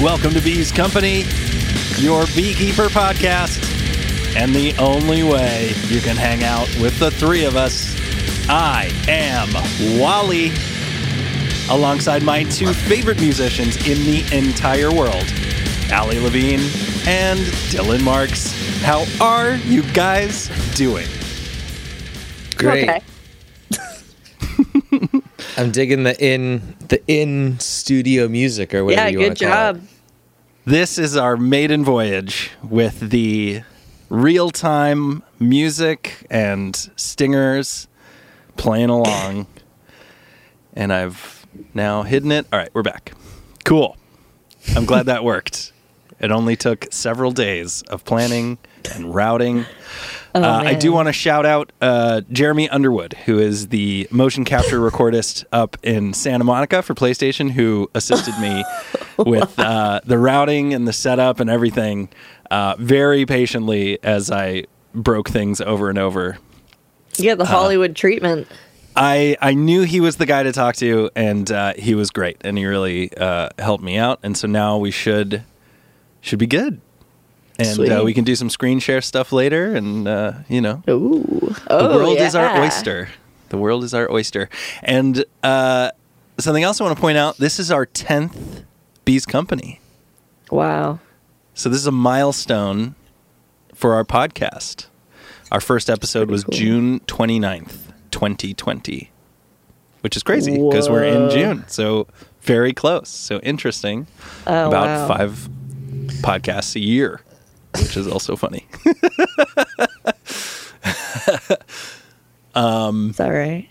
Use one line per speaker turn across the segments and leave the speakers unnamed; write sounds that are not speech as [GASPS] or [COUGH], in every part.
Welcome to Bees Company, your beekeeper podcast, and the only way you can hang out with the three of us. I am Wally, alongside my two favorite musicians in the entire world, Ali Levine and Dylan Marks. How are you guys doing?
Great.
Okay.
I'm digging the in the in studio music or whatever
Yeah,
you
good
want to call
job.
it.
This is our maiden voyage with the real time music and stingers playing along. And I've now hidden it. All right, we're back. Cool. I'm glad that worked. It only took several days of planning and routing. Uh, I do
man.
want to shout out uh, Jeremy Underwood, who is the motion capture recordist up in Santa Monica for PlayStation, who assisted me with uh, the routing and the setup and everything uh, very patiently as I broke things over and over.
You get the
Uh-huh.
Hollywood treatment.
I, I knew he was the guy to talk to, and uh, he was great, and he really uh, helped me out. And so now we should should be good, and
Sweet.
uh, we can do some screen share stuff later, and uh, you know,
Ooh.
the
Oh,
world is our
yeah.
oyster. The world is our oyster. And uh, something else I want to point out this is our 10th Bees Company.
Wow.
So this is a milestone for our podcast. Our first episode was
cool.
June 29th, 2020, which is crazy because we're in
Whoa.
June. So very close. So interesting.
Oh,
About
wow.
five podcasts a year, which is also funny. [LAUGHS] Mm.
Is that right?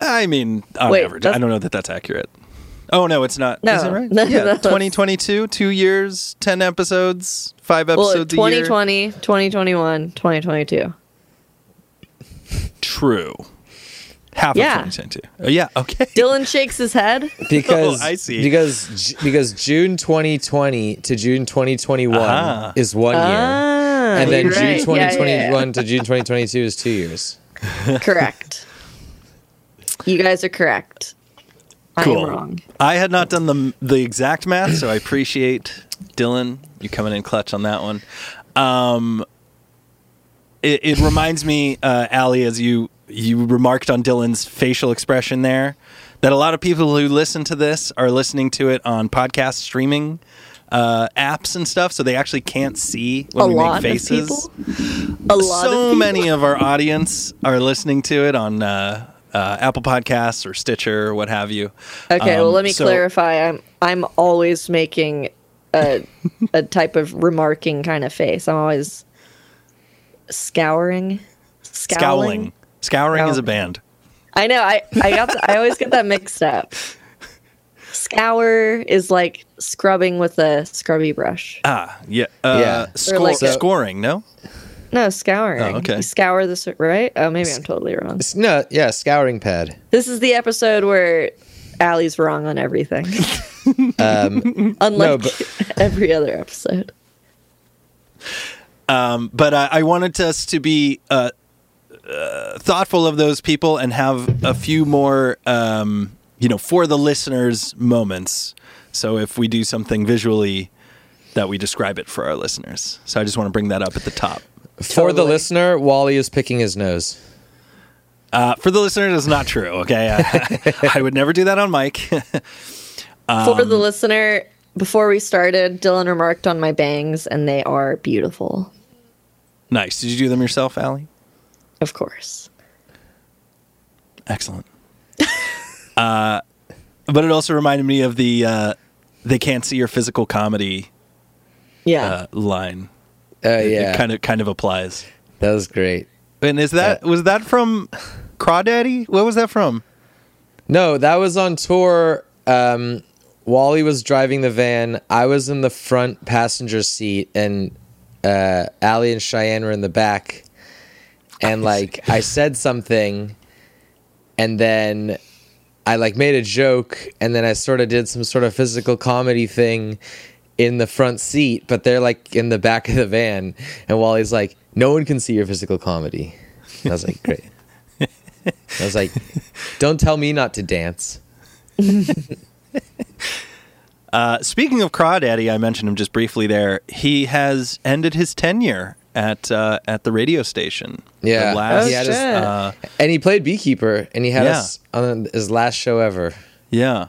I mean, on
Wait,
average,
that's-
I don't know that that's accurate. Oh no, it's not.
No.
is it right?
[LAUGHS] No,
yeah,
that's-
2022, two years, ten episodes, five
Well,
episodes a year.
2020, 2021, 2022.
True. Half
Yeah.
of 2022. Oh, yeah. Okay.
Dylan shakes
[LAUGHS]
his head.
[LAUGHS]
[LAUGHS]
Because
Oh, I see.
because J- because June 2020 to June 2021
Aha.
is one year.
Ah,
And then
you're
June
right. Yeah,
2021
yeah,
to June 2022 is two years.
yeah. [LAUGHS] Correct. You guys are correct. I
Cool.
am wrong.
I had not done the the exact math, so I appreciate Dylan you coming in clutch on that one. Um, it, it reminds me, uh, Ali, as you you remarked on Dylan's facial expression there, that a lot of people who listen to this are listening to it on podcast streaming uh, apps and stuff, so they actually can't see when
a
we
lot
make faces
of people. A lot
so
of people.
many of our audience are listening to it on uh, uh, Apple Podcasts or Stitcher or what have you.
Okay, well,
Um,
let me
so-
clarify. I'm I'm always making a a type of remarking kind of face. I'm always scouring,
Scowling.
scowling.
Scouring is a
Scowling.
band.
I know. I I got. The, I always get that mixed up. Scour is like scrubbing with a scrubby brush.
Ah, yeah. Uh,
Yeah.
Score,
like-
scoring, no?
No, scouring.
Oh, okay.
You scour the sur- right. Oh, maybe I'm totally wrong.
It's no, yeah, scouring pad.
This is the episode where Allie's wrong on
[LAUGHS]
everything.
Um,
[LAUGHS] Unlike
no, but-
every other episode.
But uh, I wanted us to be uh, uh, thoughtful of those people and have a few more, um, you know, for the listeners moments. So if we do something visually, that we describe it for our listeners. So I just want to bring that up at the top.
For the
Totally.
listener, Wally is picking his nose.
Uh, for the listeners, it's not true. Okay, Uh, [LAUGHS] I, I would never do that on mic. [LAUGHS]
For
Um,
the listener, before we started, Dylan remarked on my bangs, and they are beautiful,
nice. Did you do them yourself, Allie?
of course.
Excellent. [LAUGHS] uh, but it also reminded me of the uh, "they can't see your physical comedy"
Yeah.
uh, line.
Oh
It-
yeah,
it kind of kind of applies.
that was great.
And is that was that from Crawdaddy? What was that from?
No, that was on tour. Um, Wally was driving the van. I was in the front passenger seat, and uh, Allie and Cheyenne were in the back. And like, I said something, and then I like made a joke, and then I sort of did some sort of physical comedy thing in the front seat, but they're like in the back of the van. And Wally's like, "No one can see your physical comedy." And I was like, "Great." I was like, "Don't tell me not to dance."
Uh, speaking of Crawdaddy, I mentioned him just briefly there. He has ended his tenure at uh, at the radio station.
Yeah.
The last,
Oh,
he had his-
shit.
uh,
and he played beekeeper, and he had
Yeah.
us on his last show ever.
yeah.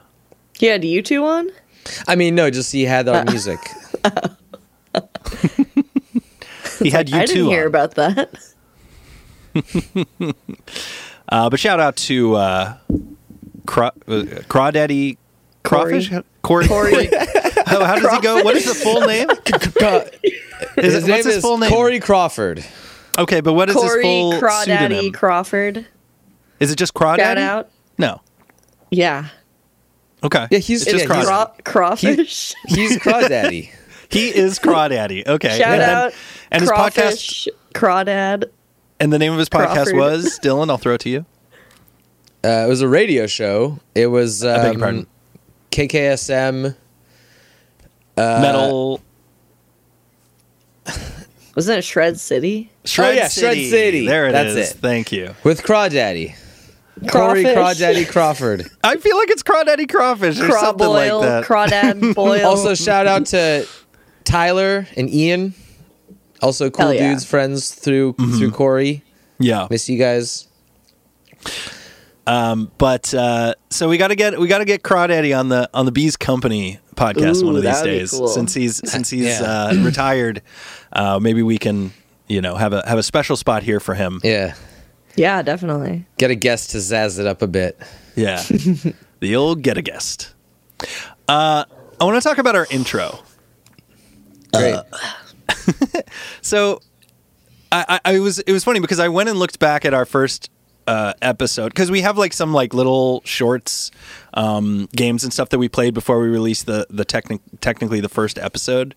He had you two on?
I mean, no, just he had
Uh,
our
[LAUGHS]
music.
He had you
I
two
didn't hear
on.
about that.
Uh, but shout out to uh, Craw- uh, Crawdaddy
Corey.
Crawfish? [LAUGHS] Corey.
Corey.
how, how does he go? What is the full
[LAUGHS]
name?
Co-
Is
his
it-
name
what's his
is
full name?
Corey Crawford.
Okay, but what is his
[LAUGHS] Corey
full pseudonym?
Crawdaddy Crawford.
is it just Crawdaddy?
Shout out.
No.
Yeah.
Okay.
Yeah, he's-
it's just
yeah,
Crawdaddy.
he's-
Craw- crawfish.
[LAUGHS]
He's Crawdaddy.
He is Crawdaddy. Okay.
[LAUGHS] Shout
and then-
out.
and his podcast
crawfish, Crawdad.
and the name of his podcast
Crawford.
was Dylan. I'll throw it to you.
uh, it was a radio show. It was um,
I beg your pardon.
KKSM. uh, oh,
Metal
Wasn't it Shred City?
Shred,
yeah, Shred
City.
City.
There it is.
That's it.
Thank you.
with Crawdaddy. Corey
Crawfish.
Crawdaddy
[LAUGHS]
Crawford.
I feel like it's Crawdaddy Crawfish or
Craw
something
boil,
like that.
crawdad
[LAUGHS]
boil.
Also, shout out to Tyler and Ian. Also, cool
Hell yeah.
dudes, friends through through
Mm-hmm.
Corey.
yeah.
Miss you guys.
But uh, so we got to get we got to get Crawdaddy on the on the Bees Company podcast
Ooh,
one of these
that would be
days
cool.
since he's
[LAUGHS]
since he's
Yeah.
uh, retired. Uh, maybe we can you know have a have a special spot here for him.
Yeah,
yeah, definitely.
get a guest to zazz it up a bit.
Yeah. the old get a guest. Uh, I want to talk about our intro.
Great.
Uh, So I, I, I was it was funny because I went and looked back at our first uh, episode because we have like some like little shorts um, games and stuff that we played before we released the the technic technically the first episode.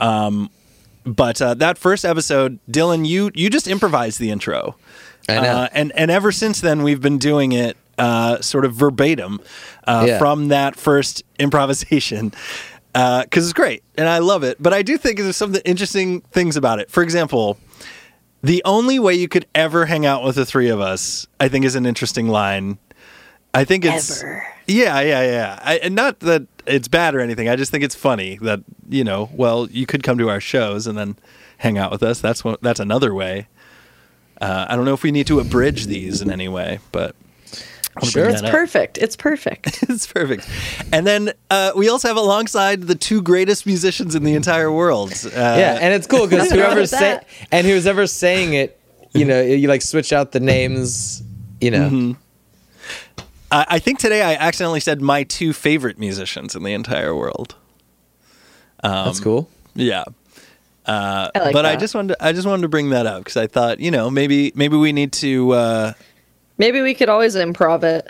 Um, but uh, that first episode, Dylan, you you just improvised the intro.
I know.
Uh, and and ever since then, we've been doing it uh, sort of verbatim uh,
Yeah.
from that first improvisation because it's great and I love it. But I do think there's some interesting things about it. For example, the only way you could ever hang out with the three of us, I think, is an interesting line. I think it's
Ever.
yeah, yeah, yeah. I, and not that it's bad or anything. I just think it's funny that you know. Well, you could come to our shows and then hang out with us. That's one, that's another way. Uh, I don't know if we need to abridge these in any way, but [LAUGHS] I'll bring
Sure.
that
It's
up.
Perfect. It's perfect.
it's perfect. And then uh, we also have alongside the two greatest musicians in the entire world. Uh,
yeah, and it's cool
[LAUGHS]
because
Nothing wrong
whoever
with
said
that.
and who's ever saying it, you know, you like switch out the names. You know,
Mm-hmm. I, I think today I accidentally said my two favorite musicians in the entire world. Um,
that's cool.
Yeah.
I like
Uh, but I
that.
just wanted to, I just wanted to bring that up because I thought you know maybe maybe we need to. Uh, [LAUGHS]
maybe we could always improv it.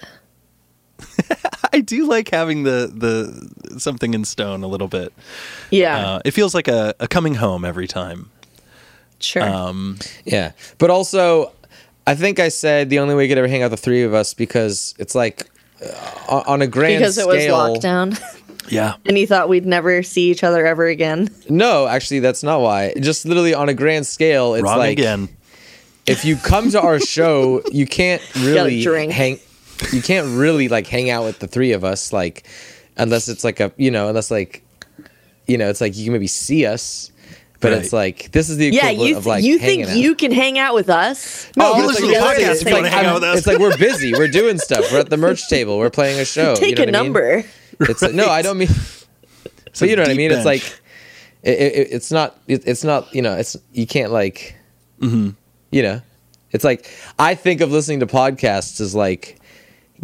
I do like having the the something in stone a little bit.
Uh-huh.
Yeah,
Uh, it feels like a, a coming home every time.
sure.
uh, Yeah, but also, I think I said the only way we could ever hang out the three of us because it's like uh, on a grand
because it was
scale.
lockdown, [LAUGHS]
Yeah.
and he thought we'd never see each other ever again.
No, actually, that's not why. Just literally on a grand scale, it's
Wrong
like
again.
if you come to our show, you
[LAUGHS]
can't really
drink.
hang. You can't really like hang out with the three of us, like unless it's like a you know unless like you know it's like you can maybe see us, but it's
Right.
like this is the
Yeah,
equivalent
you
of like
you
hanging
think
out.
you can hang out with us?
No,
Oh, you
but it's
listen
like
to the
it's
podcast
like-
if you wanna
it's
hang
like
out with
I'm-
us.
It's like we're busy. We're doing stuff. We're at the merch table. We're playing
[LAUGHS]
a show.
Take
you know
a
what I mean?
number.
It's like, no, I don't mean.
[LAUGHS]
It's
But you
a
know what I
deep
mean. It's
bench.
like it, it, it's not. It, it's not. You know. It's you can't like.
Mm-hmm.
You know, it's like I think of listening to podcasts as like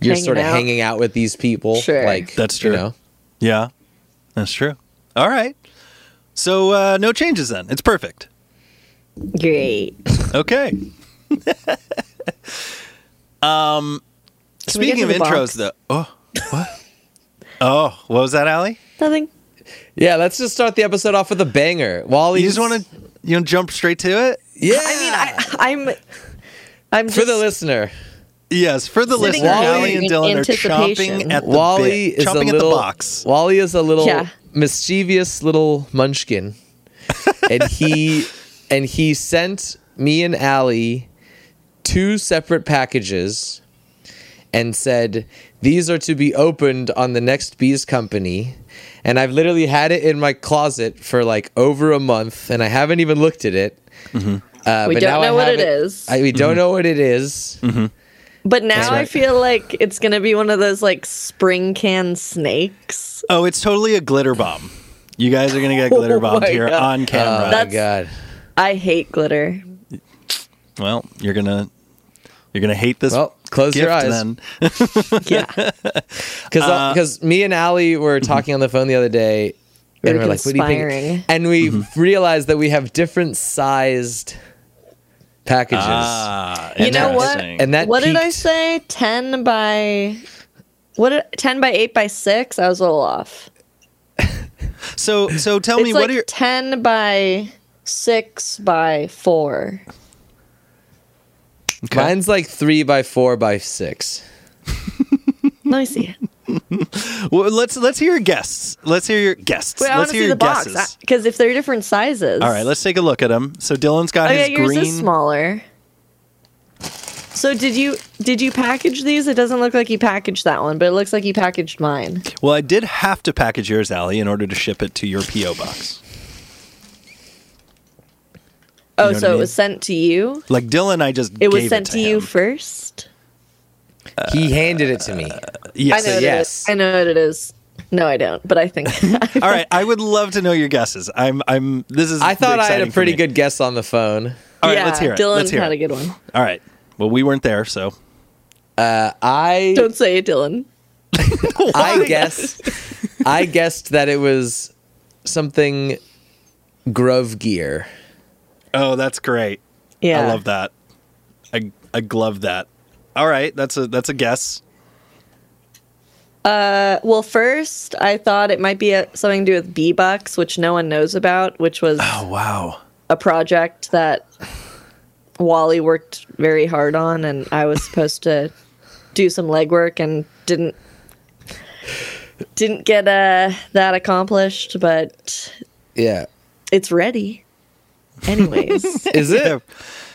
you're
Hanging
sort of
out.
hanging out with these people.
Sure.
Like
That's true.
You know?
yeah, that's true. All right. So uh, no changes then. It's perfect.
Great. Can
Okay. [LAUGHS] um,
we get
Um, speaking
to
of
the
intros,
box?
though. Oh, what? [LAUGHS] oh, what was that, Allie?
nothing.
Yeah. Let's just start the episode off with a banger. Wally,
You just want to you know jump straight to it?
Yeah.
I mean, I, I'm. I'm just,
for the listener.
Yes, for the
Sitting
listener,
here
Allie and
in
Dylan are
anticipation.
chomping at the
Wally
bit,
is
chomping
a
at
little
the box.
Wally is a little
Yeah.
mischievous little munchkin,
[LAUGHS]
and he and he sent me and Allie two separate packages, and said, These are to be opened on the next Bees Company. And I've literally had it in my closet for like over a month and I haven't even looked at it.
Mm-hmm.
Uh,
We
but
don't
now I
know what
have
it is.
I, we don't know what it is.
Mm-hmm.
But now I
right.
feel like it's gonna be one of those like spring can snakes.
Oh, it's totally a glitter bomb. You guys are
[LAUGHS]
gonna get glitter bombed
Oh my
here
God. Uh,
on camera.
Oh my
That's-
God.
I hate glitter.
well, you're gonna you're gonna hate this.
Well, close
gift
your eyes.
Then
[LAUGHS] Yeah.
Uh,
because because uh, me and Ali were
Mm-hmm.
talking on the phone the other day,
We
and
were
we're like, "What do you
conspiring.
think?" And we
Mm-hmm.
realized that we have different sized packages.
ah,
You know what?
interesting.
and that
what did I
peaked.
say? Ten by what? did- Ten by eight by six? I was a little off.
so so tell
it's
me
like
what are your
ten by six by four.
Okay.
Mine's like three by four by six.
Let me see.
[LAUGHS]
it.
Well, let's let's hear your guests. Let's hear your guests.
Wait, I want
let's
to
hear
see
your
the
guesses.
box because if they're different sizes.
All right, let's take a look at them. So Dylan's got his
Okay, Oh, yours
green.
is smaller. So did you did you package these? It doesn't look like you packaged that one, but it looks like you packaged mine.
Well, I did have to package yours, Allie, in order to ship it to your PO box.
Oh,
know what
so
I
it
mean?
was sent to you.
Like Dylan, I just
It was
gave
sent
it
to, you
him.
first.
he
Uh,
handed it to me.
yes,
I know
yes.
what it
yes.
is. I know what it is. No, I don't. But I think.
[LAUGHS] All right, I would love to know your guesses. I'm, I'm. This is.
I thought I had
exciting
a
for
pretty
me.
good guess on the phone.
All right,
[LAUGHS] yeah,
let's hear it.
Dylan
let's hear
had
it.
a good one.
All right. Well, we weren't there, so
Uh, I
Don't say it, Dylan.
I guessed I guessed that it was something Grove Gear.
oh, that's great.
Yeah,
I love that. I I glove that. All right, that's a that's a guess.
Uh, well, first I thought it might be a, something to do with B Bucks, which no one knows about, which was
Oh wow.
a project that Wally worked very hard on, and I was supposed to do some legwork and didn't didn't get uh, that accomplished, but
Yeah.
it's ready.
[LAUGHS]
Anyways, [LAUGHS]
Is
Yeah.
it?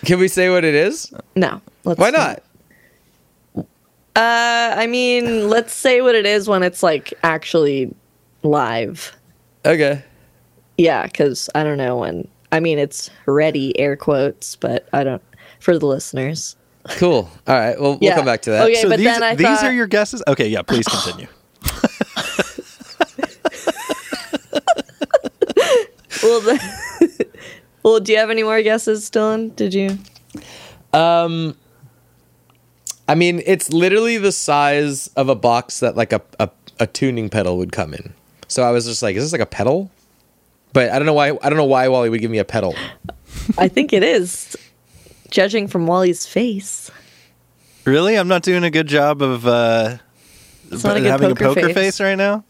Can we say what it is?
no, let's
Why not?
Uh, I mean, let's say what it is when it's like actually live.
Okay.
Yeah, because I don't know when. I mean, it's ready, air quotes, but I don't for the listeners.
Cool. All right. Well, we'll
Yeah.
come back to that.
Oh, yeah.
so
but
these
then I
these
thought-
are your guesses. Okay, yeah. Please
[LAUGHS]
continue.
Well, the- [LAUGHS] well, do you have any more guesses, Dylan? Did you?
I mean, it's literally the size of a box that like a, a a tuning pedal would come in. So I was just like, is this like a pedal? But I don't know why. I don't know why Wally would give me a
[LAUGHS]
pedal.
I think it is, judging from Wally's face.
really, I'm not doing a good job of uh,
It's not a good
having
poker
a poker face.
face.
right now.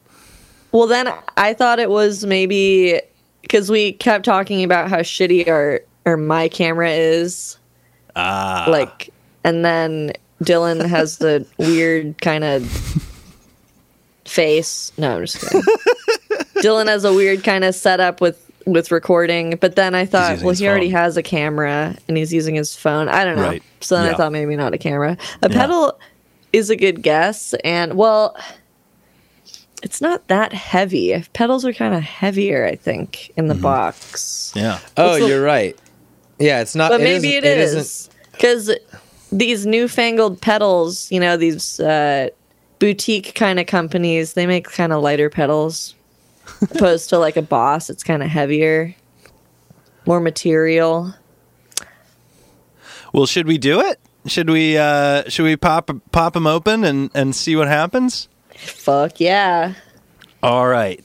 Well, then I thought it was maybe because we kept talking about how shitty our or my camera is.
Ah,
like and then dylan has
[LAUGHS]
the weird kind of face no i'm just
[LAUGHS]
kidding dylan has a weird kind of setup with with recording but then i thought
using
well
his
he already
phone.
has a camera and he's using his phone i don't know
Right.
so then
Yeah.
i thought maybe not a camera a
Yeah.
pedal is a good guess and well it's not that heavy pedals are kind of heavier i think in the
Mm-hmm.
box
yeah.
Oh,
It's a-
you're right. Yeah, it's not.
but
it
maybe
isn't-
it is because these newfangled pedals you know these uh, boutique kind of companies they make kind of
[LAUGHS]
lighter pedals opposed to like a boss it's kind of heavier more material
Well, should we do it? Should we uh, should we pop pop them open and and see what happens?
fuck yeah
All right.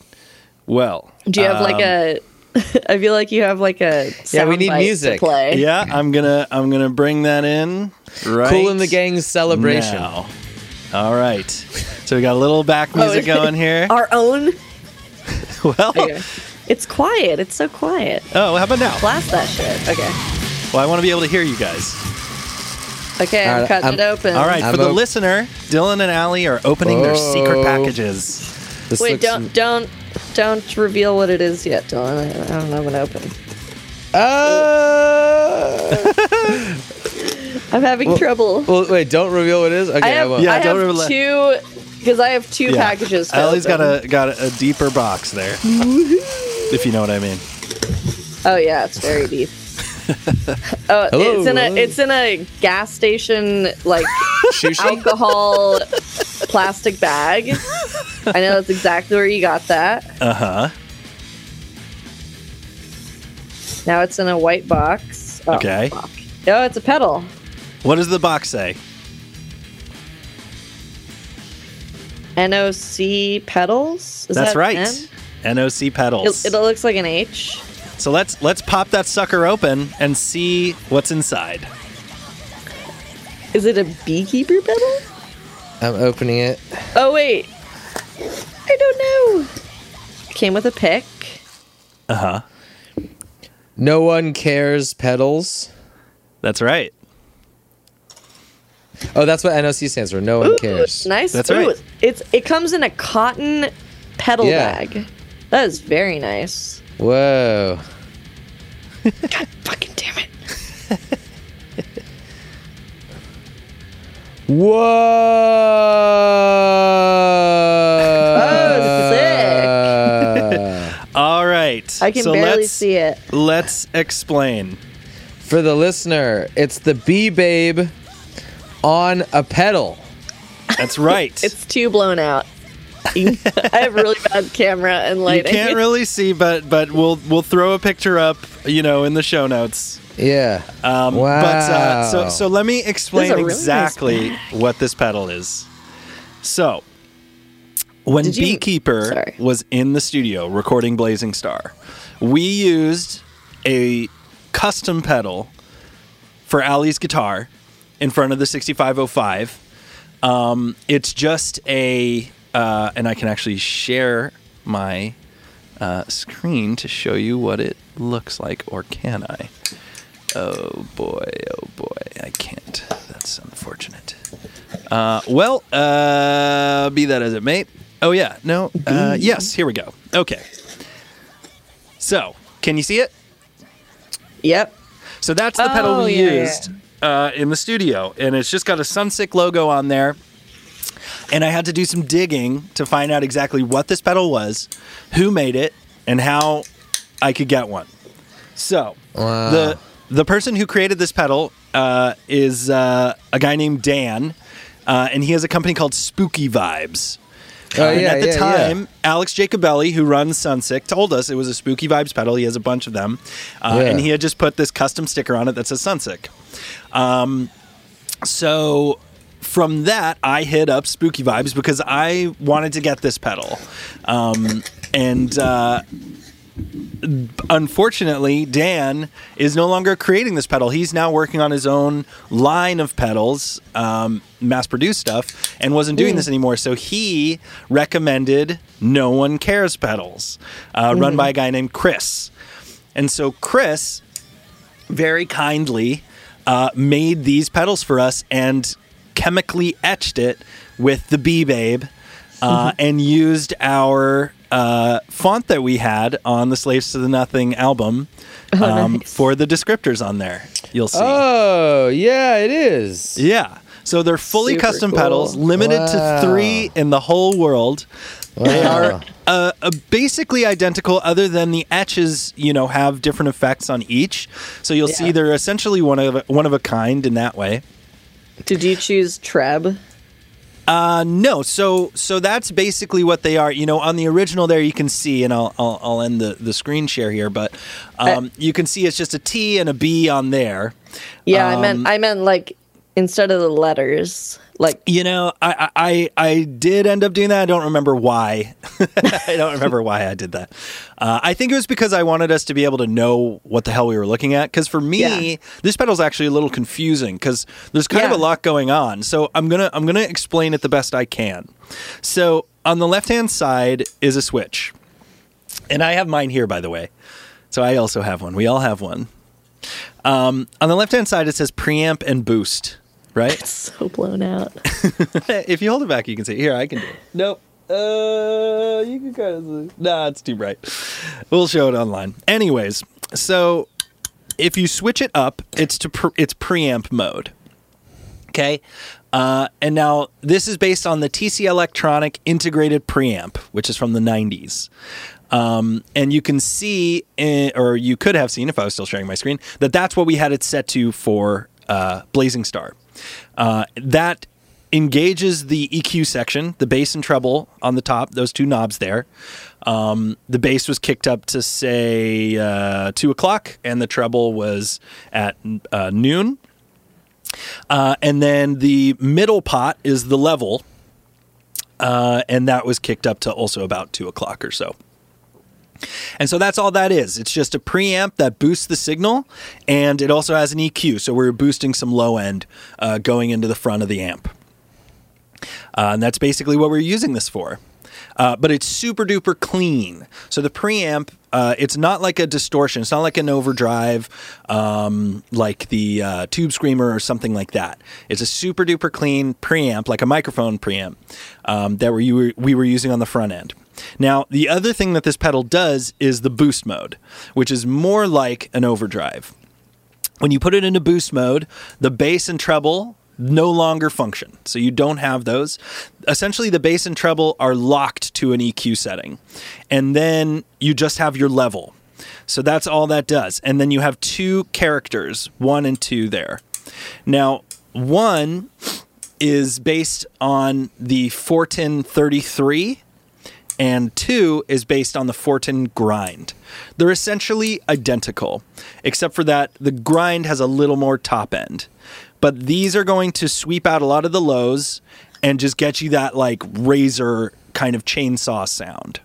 Well,
do you have like
um,
a [LAUGHS] i feel like you have like
Yeah,
a
we
sound
need
bite to
music.
play
Yeah, I'm gonna I'm gonna bring that in. Right.
Cool in the gang's celebration.
now. All right. So we got a little back
Oh,
music going
[LAUGHS]
here.
our own
well,
okay. [LAUGHS] it's quiet it's so quiet
oh, how about now?
blast that shit okay
Well, I want to be able to hear you guys.
okay i'm
Alright,
cutting
I'm-
it open
All right,
I'm
for the
op-
listener, Dylan and Allie are opening their secret
Whoa.
packages.
This
Wait,
looks-
don't don't don't reveal what it is yet, Dylan. I,
Ah!
I don't know when to open.
Oh!
I'm having
Well-
trouble.
Well, wait, don't reveal what it is. Okay,
I
I,
have,
won't.
Yeah,
I
don't
have
rela-
two because I have two packages. to
Ellie's got
open.
a got a deeper box there, if you know what I mean.
Oh yeah, it's very
[LAUGHS]
deep. oh,
Hello,
it's in a
hello.
it's in a gas station
[LAUGHS]
like
Sushi?
alcohol plastic bag. I know that's exactly where you got that.
Uh huh.
Now it's in a white box. Oh,
Okay.
fuck. Oh, it's a pedal.
What does the box say?
NOC pedals. Is
That's
that
right.
N?
NOC pedals.
It, it looks like an H.
so let's let's pop that sucker open and see what's inside.
Is it a beekeeper pedal?
I'm opening it.
Oh wait, I don't know. Came with a pick.
Uh huh.
No one cares pedals.
That's right.
Oh, that's what NOC stands for. No one cares.
Nice.
That's
Ooh,
right.
It's it comes in a cotton pedal
Yeah.
bag. That is very nice.
Whoa.
Fucking damn it.
[LAUGHS] Whoa.
Oh,
All right.
I can
so
barely
let's,
see it.
Let's explain.
For the listener, it's the bee babe on a pedal.
[LAUGHS]
That's right.
It's too blown out.
[LAUGHS]
I have really bad camera and
you
lighting.
can't really see, but but we'll we'll throw a picture up, you know, in the show notes.
Yeah.
Um,
wow.
But uh, so so let me explain
really nice
exactly what this pedal is. So when
Did you-
Beekeeper
Sorry.
was in the studio recording Blazing Star, we used a custom pedal for Ali's guitar in front of the 6505. Um, it's just a, uh, and I can actually share my uh, screen to show you what it looks like, or can I? Oh boy, oh boy, I can't. That's unfortunate. Uh, well, uh, be that as it may. Oh yeah, no, uh, yes, here we go. Okay. So, can you see it?
[LAUGHS] Yep.
So that's the pedal
Oh,
we
yeah, yeah,
used Uh, in the studio, and it's just got a Sunsick logo on there. And I had to do some digging to find out exactly what this pedal was, who made it, and how I could get one. So
Wow.
the the person who created this pedal uh, is uh, a guy named Dan, uh, and he has a company called Spooky Vibes.
oh,
And
yeah,
at the
yeah, yeah.
time, Alex Jacobelli, who runs Sunsick, told us it was a spooky vibes pedal. He has a bunch of them. Uh,
Yeah.
And he had just put this custom sticker on it that says Sunsick. Um, so from that, I hit up Spooky Vibes because I wanted to get this pedal. Um, and uh, unfortunately, Dan is no longer creating this pedal. He's now working on his own line of pedals, um, mass produced stuff, and wasn't doing this anymore. So he recommended No One Cares pedals, uh, run by a guy named Chris. And so Chris very kindly uh, made these pedals for us and chemically etched it with the Bee Babe uh, and used our uh, font that we had on the Slaves to the Nothing album um, for the descriptors on there. You'll see.
Oh, yeah, it is.
Yeah. So they're fully
Super
custom
cool.
pedals, limited
Wow.
to three in the whole world. They are uh, uh, basically identical, other than the etches, you know, have different effects on each. So you'll see
Yeah.
they're essentially one of a, one of a kind in that way.
Did you choose Treb?
Uh, no, so so that's basically what they are. You know, on the original there you can see, and I'll I'll, I'll end the, the screen share here, but um,
Uh,
you can see it's just a T and a B on there.
Yeah, I
Um,
meant I meant like instead of the letters, like
You know, I, I I I did end up doing that. I don't remember why. [LAUGHS] I don't remember why I did that. Uh, I think it was because I wanted us to be able to know what the hell we were looking at. Because for me,
Yeah.
this pedal's actually a little confusing because there's kind of
Yeah.
a lot going on. So I'm gonna I'm gonna explain it the best I can. So on the left hand side is a switch, and I have mine here by the way. So I also have one. We all have one. Um, on the left hand side, it says preamp and boost.
[LAUGHS]
Right
so blown out.
if you hold it back, you can see. Here, I can do it. Nope. Uh, you can kind of see. Nah, it's too bright. We'll show it online. Anyways, so if you switch it up, it's to pre- it's preamp mode. Okay. Uh, and now this is based on the TC Electronic integrated preamp, which is from the 90s. Um, and you can see, eh, or you could have seen if I was still sharing my screen, that that's what we had it set to for uh, Blazing Star. Uh, that engages the EQ section, the bass and treble on the top, those two knobs there. Um, the bass was kicked up to say uh, two o'clock, and the treble was at uh, noon. Uh, and then the middle pot is the level, uh, and that was kicked up to also about two o'clock or so. And so that's all that is. It's just a preamp that boosts the signal, and it also has an EQ. So we're boosting some low end uh, going into the front of the amp. Uh, and that's basically what we're using this for. Uh, but it's super duper clean. So the preamp, uh, it's not like a distortion. It's not like an overdrive, um, like the uh, Tube Screamer or something like that. It's a super duper clean preamp, like a microphone preamp um, that we were, we were using on the front end. Now, the other thing that this pedal does is the boost mode, which is more like an overdrive. When you put it into boost mode, the bass and treble no longer function. So you don't have those. Essentially, the bass and treble are locked to an EQ setting. And then you just have your level. So that's all that does. And then you have two characters, one and two there. Now, one is based on the Fortin 33 and two is based on the Fortin grind. They're essentially identical, except for that the grind has a little more top end. But these are going to sweep out a lot of the lows and just get you that like razor kind of chainsaw sound.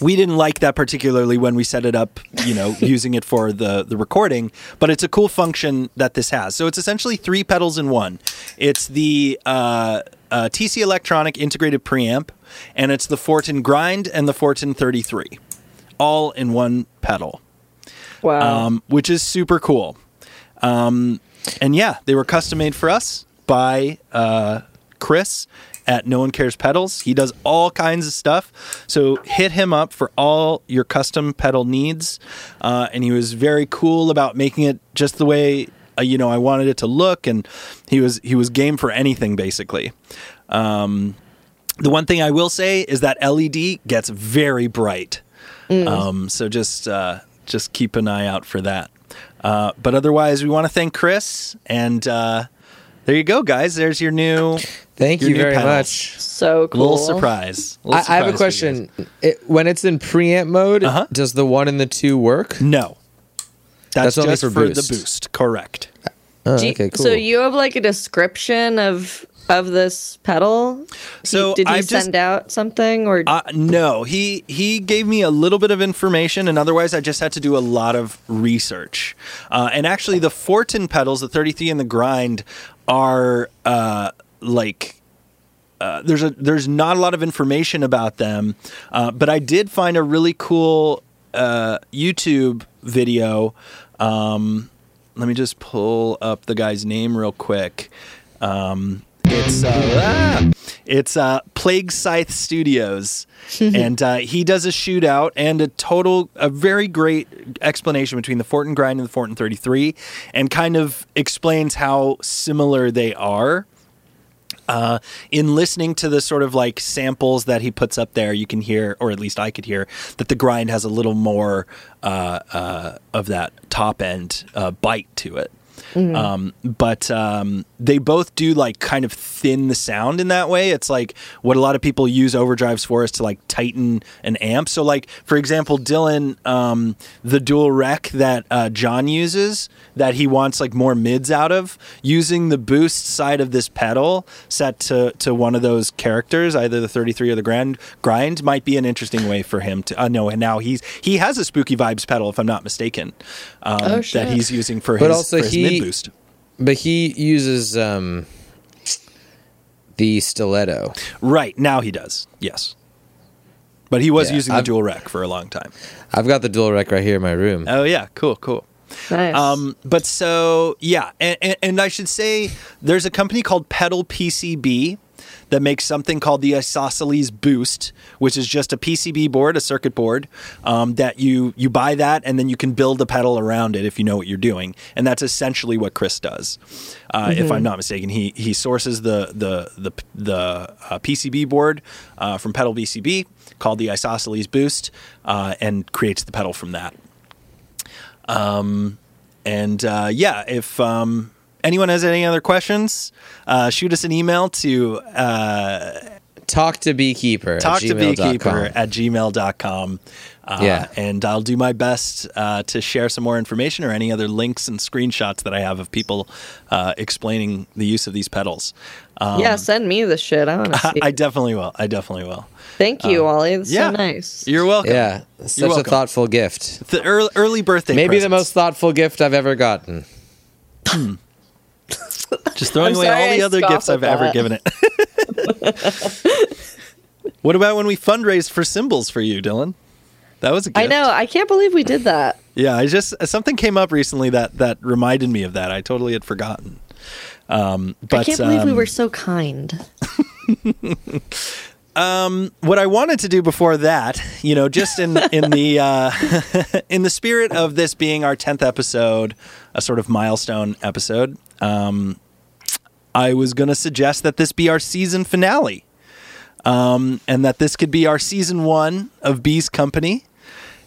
We didn't like that particularly when we set it up, you know, using it for the the recording, but it's a cool function that this has. So it's essentially three pedals in one. It's the uh, uh, TC Electronic integrated preamp, and it's the Fortin Grind and the Fortin 33, all in one pedal, [LAUGHS]
Wow.
um, which is super cool. Um, and yeah, they were custom made for us by uh, Chris at No One Cares Pedals. He does all kinds of stuff. So hit him up for all your custom pedal needs. Uh, and he was very cool about making it just the way. Uh, you know, I wanted it to look, and he was he was game for anything basically. Um, The one thing I will say is that LED gets very bright. Um, so just uh, just keep an eye out for that. Uh, but otherwise, we want to thank Chris, and uh, there you go, guys. There's your new
Thank
your
you
new
very
pedals.
much.
so cool.
Little surprise. Little
I, I have a
surprise for you guys.
question. It, when it's in preamp mode,
Uh-huh.
does the one and the two work?
No, that's,
That's only
just
for
for
boost.
the boost. Correct.
Oh,
Do you-
okay, cool.
So you have like a description of of this pedal.
So
did he
I've just-
send out something or
Uh, no, he he gave me a little bit of information, and otherwise I just had to do a lot of research. Uh, and actually, the Fortin pedals, the 33 and the grind, are uh, like. Uh, there's a there's not a lot of information about them, uh, but I did find a really cool uh, YouTube video. Um, let me just pull up the guy's name real quick. Um, it's uh, ah, it's uh, Plague Scythe Studios, and uh, he does a shootout and a total, a very great explanation between the Fortin Grind and the Fortin 33, and kind of explains how similar they are uh, in listening to the sort of like samples that he puts up there, you can hear, or at least I could hear, that the grind has a little more uh, uh, of that top end uh, bite to it. Um, but um, they both do like kind of thin the sound in that way. It's like what a lot of people use overdrives for is to like tighten an amp. So like for example, Dylan, um, the dual rec that uh, John uses that he wants like more mids out of, using the boost side of this pedal set to to one of those characters, either the 33 or the grand grind, might be an interesting way for him to. Uh, no, and now he's he has a spooky vibes pedal if I'm not mistaken, um,
Oh,
that
shit.
he's using for
But
his,
also
for his
he-
mid boost.
but he uses um, the stiletto.
Right now he does, yes. But he was
Yeah,
using
I'm-
the dual rec for a long time.
I've got the dual rec right here in my room.
Oh yeah, cool, cool.
nice.
Um, but so yeah, and, and, and I should say there's a company called Pedal PCB that makes something called the isosceles boost, which is just a PCB board, a circuit board, um, that you you buy that and then you can build a pedal around it if you know what you're doing, and that's essentially what Chris does. Uh, If I'm not mistaken, he he sources the the the the uh, PCB board uh, from Pedal BCB called the isosceles boost uh, and creates the pedal from that and uh, yeah, if um, anyone has any other questions, uh, shoot us an email to uh,
Talk to beekeeper.
talk
at
to beekeeper
gmail.com.
at gmail.com. Uh,
Yeah.
And I'll do my best uh, to share some more information or any other links and screenshots that I have of people uh, explaining the use of these pedals. [LAUGHS] Um,
yeah, send me the shit. I want to see.
[LAUGHS] I
it.
definitely will. I definitely will.
Thank you, Wally. That's
yeah.
so nice.
You're welcome.
Yeah, such a
welcome.
thoughtful gift.
The early, early birthday.
Maybe the
presents.
most thoughtful gift I've ever gotten.
Just throwing
I'm
away
sorry
all
I
the other
scoffed
gifts
at
I've ever
that.
given
[LAUGHS]
it. what about when we fundraised for symbols for you, Dylan? That was a gift.
I know. I can't believe we did that.
Yeah, I just something came up recently that that reminded me of that. I totally had forgotten. Um, but
I can't believe we
um,
were so kind.
what I wanted to do before that, you know, just in in
[LAUGHS]
the uh, in the spirit of this being our tenth episode, a sort of milestone episode, um, I was going to suggest that this be our season finale, um, and that this could be our season one of Bee's Company,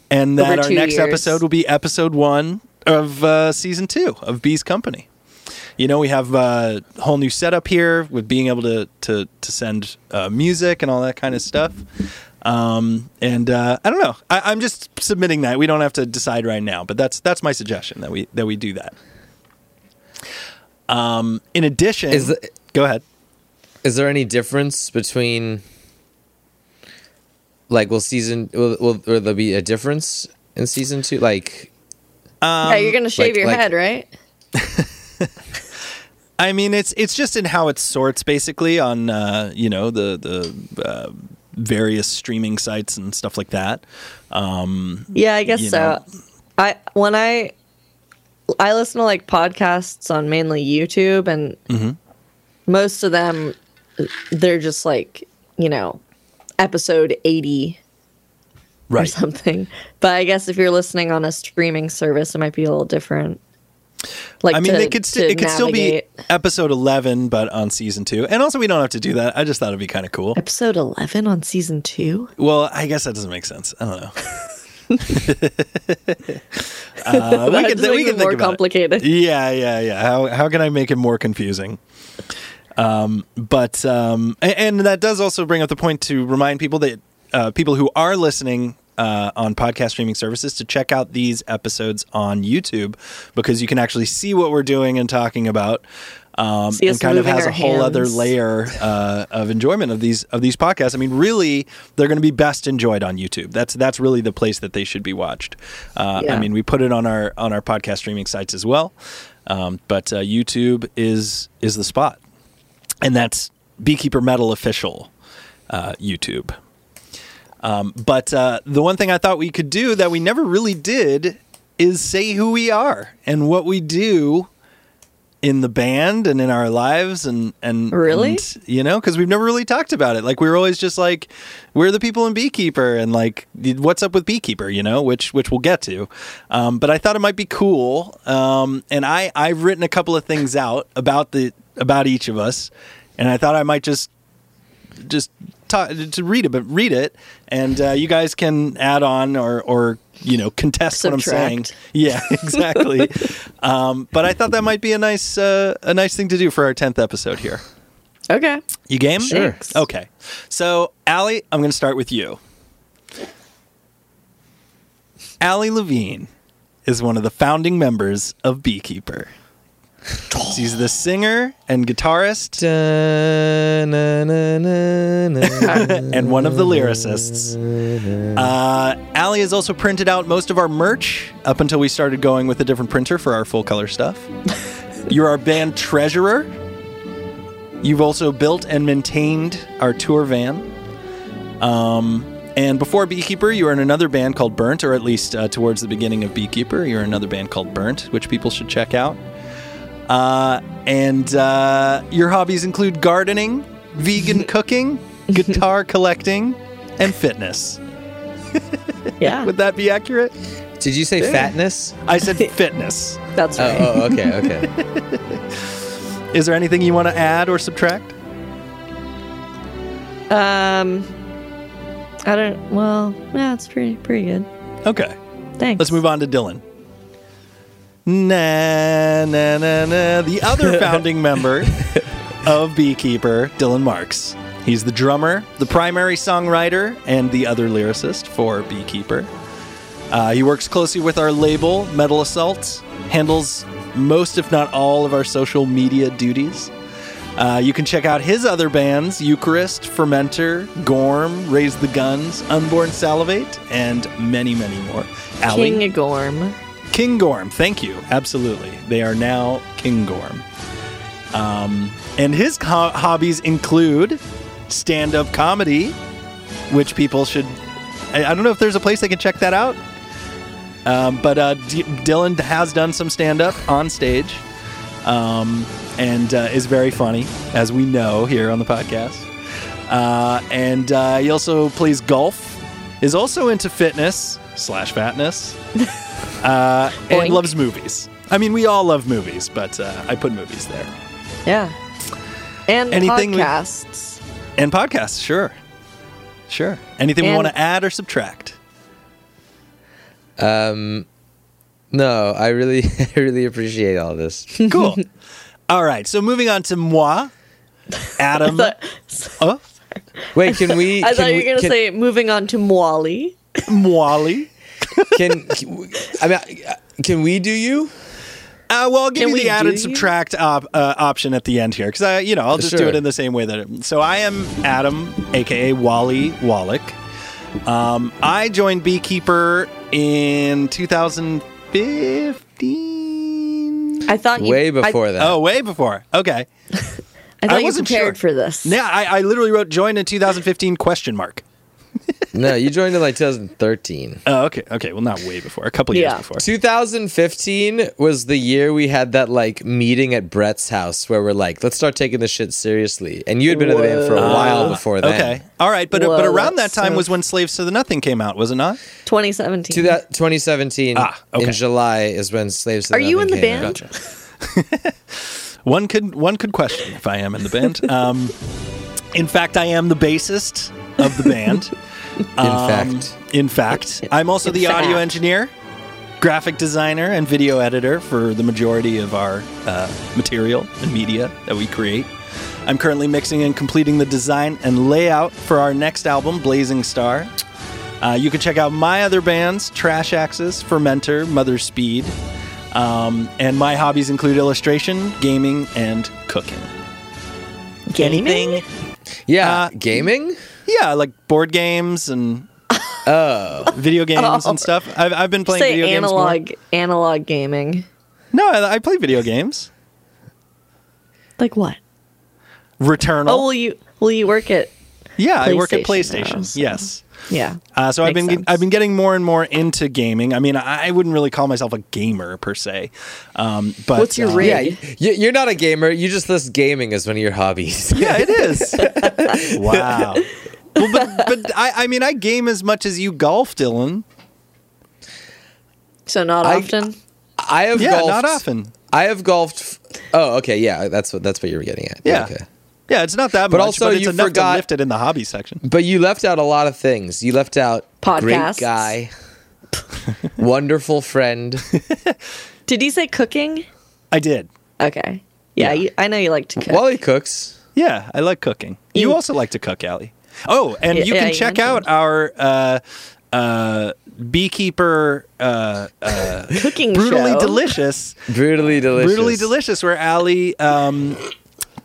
and that
Over
our
two
next
years.
episode will be episode one of uh, season two of Bee's Company. You know, we have uh, a whole new setup here with being able to to to send uh, music and all that kind of stuff. Um, and uh, I don't know. I, I'm just submitting that. We don't have to decide right now, but that's that's my suggestion that we that we do that. Um, in addition,
Is the-
go ahead.
Is there any difference between, like, will season will will, will there be a difference in season two? Like,
yeah, you're gonna shave
like-
your
like-
head, right?
I mean, it's it's just in how it sorts basically on uh, you know the the uh, various streaming sites and stuff like that. Um,
Yeah, I guess
you
so.
know.
I when I I listen to like podcasts on mainly YouTube, and
Mm-hmm.
most of them they're just like you know episode eighty or
right.
something. But I guess if you're listening on a streaming service, it might be a little different. Like
I mean,
to-
they could st-
to
it could still be
navigate.
episode eleven, but on season two. And also, we don't have to do that. I just thought it'd be kind of cool.
episode eleven on season two.
Well, I guess that doesn't make sense. I
[LAUGHS]
don't know. uh, we
That
could, we could
just makes it
think
more
about it.
complicated.
Yeah, yeah, yeah. How how can I make it more confusing? Um, but um, a- and, that does also bring up the point to remind people that uh, people who are listening. Uh, on podcast streaming services to check out these episodes on YouTube because you can actually see what we're doing and talking about, um,
See us
and kind of
moving
has
our
a whole other
hands.
layer uh, of enjoyment of these of these podcasts. I mean, really, they're going to be best enjoyed on YouTube. That's that's really the place that they should be watched. Uh, I
Yeah.
mean, we put it on our on our podcast streaming sites as well, um, but uh, YouTube is is the spot, and that's Beekeeper Metal official uh, YouTube. Um, but uh, the one thing I thought we could do that we never really did is say who we are and what we do in the band and in our lives and and
Really?
and, you know because we've never really talked about it like we were always just like we're the people in beekeeper and like what's up with beekeeper you know which which we'll get to um, but i thought it might be cool um, and i i've written a couple of things out about the about each of us and i thought i might just just ta to read it, but read it, and uh, you guys can add on or or you know contest what I'm saying.
Subtract.
Yeah, [LAUGHS] exactly. um, but I thought that might be a nice uh, a nice thing to do for our tenth episode here.
Okay.
You game?
Sure.
Thanks.
Okay. So, Allie, I'm going to start with you. Allie Levine is one of the founding members of
[LAUGHS]
Beekeeper. She's the singer and guitarist [LAUGHS]
dun-na-na-na-na.
and one of the lyricists. Uh, Allie has also printed out most of our merch up until we started going with a different printer for our full color stuff. You're our band treasurer. You've also built and maintained our tour van. Um, and before Beekeeper, you were in another band called Burnt, or at least uh, towards the beginning of Beekeeper, you're in another band called Burnt, which people should check out. Uh, and uh, your hobbies include gardening, vegan cooking, guitar collecting, and fitness. [LAUGHS]
Yeah,
Would that be accurate?
Did you say fatness?
I said fitness.
that's
Oh,
right.
oh, okay, okay.
Is there anything you want to add or subtract?
Um, I don't. Well, yeah, it's pretty pretty good.
Okay.
Thanks.
Let's move on to Dylan. Na na na na. The other founding member of Beekeeper, Dylan Marks. He's the drummer, the primary songwriter, and the other lyricist for Beekeeper. Uh, he works closely with our label, Metal Assault, handles most, if not all, of our social media duties. Uh, you can check out his other bands Eucharist, Fermenter, Gorm, Raise the Guns, Unborn Salivate, and many, many more. Allie?
King Gorm.
King Gorm, thank you. Absolutely. They are now King Gorm. Um, and his co- hobbies include stand up comedy, which people should. I, I don't know if there's a place they can check that out. Um, but uh, D- Dylan has done some stand up on stage um, and uh, is very funny, as we know here on the podcast. Uh, and uh, he also plays golf, is also into fitness slash fatness uh, and
Boink.
loves movies. I mean, we all love movies, but uh, I put movies there
Yeah. And
Anything we-
podcasts.
and podcasts. Sure, sure. Anything we
And-
want to add or subtract?
No, I really, [LAUGHS] I really appreciate all this.
[LAUGHS]
Cool. all right. So moving on to moi,
[LAUGHS]
Adam. oh,
Wait, can we?
I
can
thought you
we-
were gonna
can-
say moving on to Mwali.
Mwali.
Can, can I mean, can we do you?
Uh, well, I'll give
Can
you
we
the add
do
and
you?
subtract op- uh, option at the end here, because I, you know, I'll just do
Sure.
it in the same way that. It, so I am Adam, aka Wally Wallach. Um, I joined Beekeeper in 2015.
I thought you,
Way before
I,
that.
Oh, way before. Okay.
I thought
I
you
wasn't
prepared
sure.
for this.
Yeah, I, I literally wrote joined in 2015 question mark.
No, you joined in like 2013.
Oh, okay. Okay. Well, not way before. A couple years
Yeah.
before.
2015 was the year we had that like meeting at Brett's house where we're like, let's start taking this shit seriously. And you had been in the band for a
Whoa.
while before that.
Okay. All right. But
Uh,
uh,
Whoa,
but around that
that's
time
so-
was when Slaves to the Nothing came out, was it not?
2017.
To that 2017
Ah, okay.
in July is when Slaves. to
Are you in the
Nothing came out.
band?
One could one could question if I am in the
[LAUGHS]
band. Um, in fact, I am the bassist of the band.
In
Um,
fact,
in fact, I'm also
in
the audio
fact.
engineer, graphic designer, and video editor for the majority of our uh, material and media that we create. I'm currently mixing and completing the design and layout for our next album, Blazing Star. Uh, you can check out my other bands, Trash Axis, Fermenter, Mother Speed. Um, and my hobbies include illustration, gaming, and cooking.
Gaming?
Anything?
yeah,
uh,
gaming.
Yeah, like board games
[LAUGHS]
and video games and stuff. I've, I've been playing
Oh. Say
video games.
analog analog gaming.
more. No, I, I play video games.
Like what?
Returnal.
Oh, will you will you work at?
yeah, I work at
PlayStation now,
PlayStation.
so-
Yes.
Yeah.
Uh, so I've been get-
Makes sense.
I've been getting more and more into gaming. I mean, I I wouldn't really call myself a gamer per se, um, but
What's your
uh,
rig?
Yeah, you, you're not a gamer. You just list gaming as one of your hobbies. [LAUGHS]
Yeah, it is.
[LAUGHS]
wow. Well, but but I, I mean, I game as much as you golf, Dylan.
So not
I-
often.
I have
Yeah,
golfed,
not often.
I have golfed. f- Oh, okay, yeah, that's what that's what you were getting at.
Yeah.
okay.
Yeah, it's not that
But
much,
also
but it's
you
enough
forgot-
to lift it in the hobby section.
But you left out a lot of things. You left out great
Podcasts. [LAUGHS]
guy, wonderful friend.
Did he say cooking?
I did.
Okay. Yeah, You, I know you like to cook.
Wally cooks.
Yeah, I like cooking. You,
You-
also like to cook, Allie. Oh, and
Yeah,
you
yeah,
can
you
check out
mentioned.
our uh, uh, beekeeper, uh, uh,
cooking
brutally
show.
delicious,
Brutally delicious.
brutally delicious, where Allie um,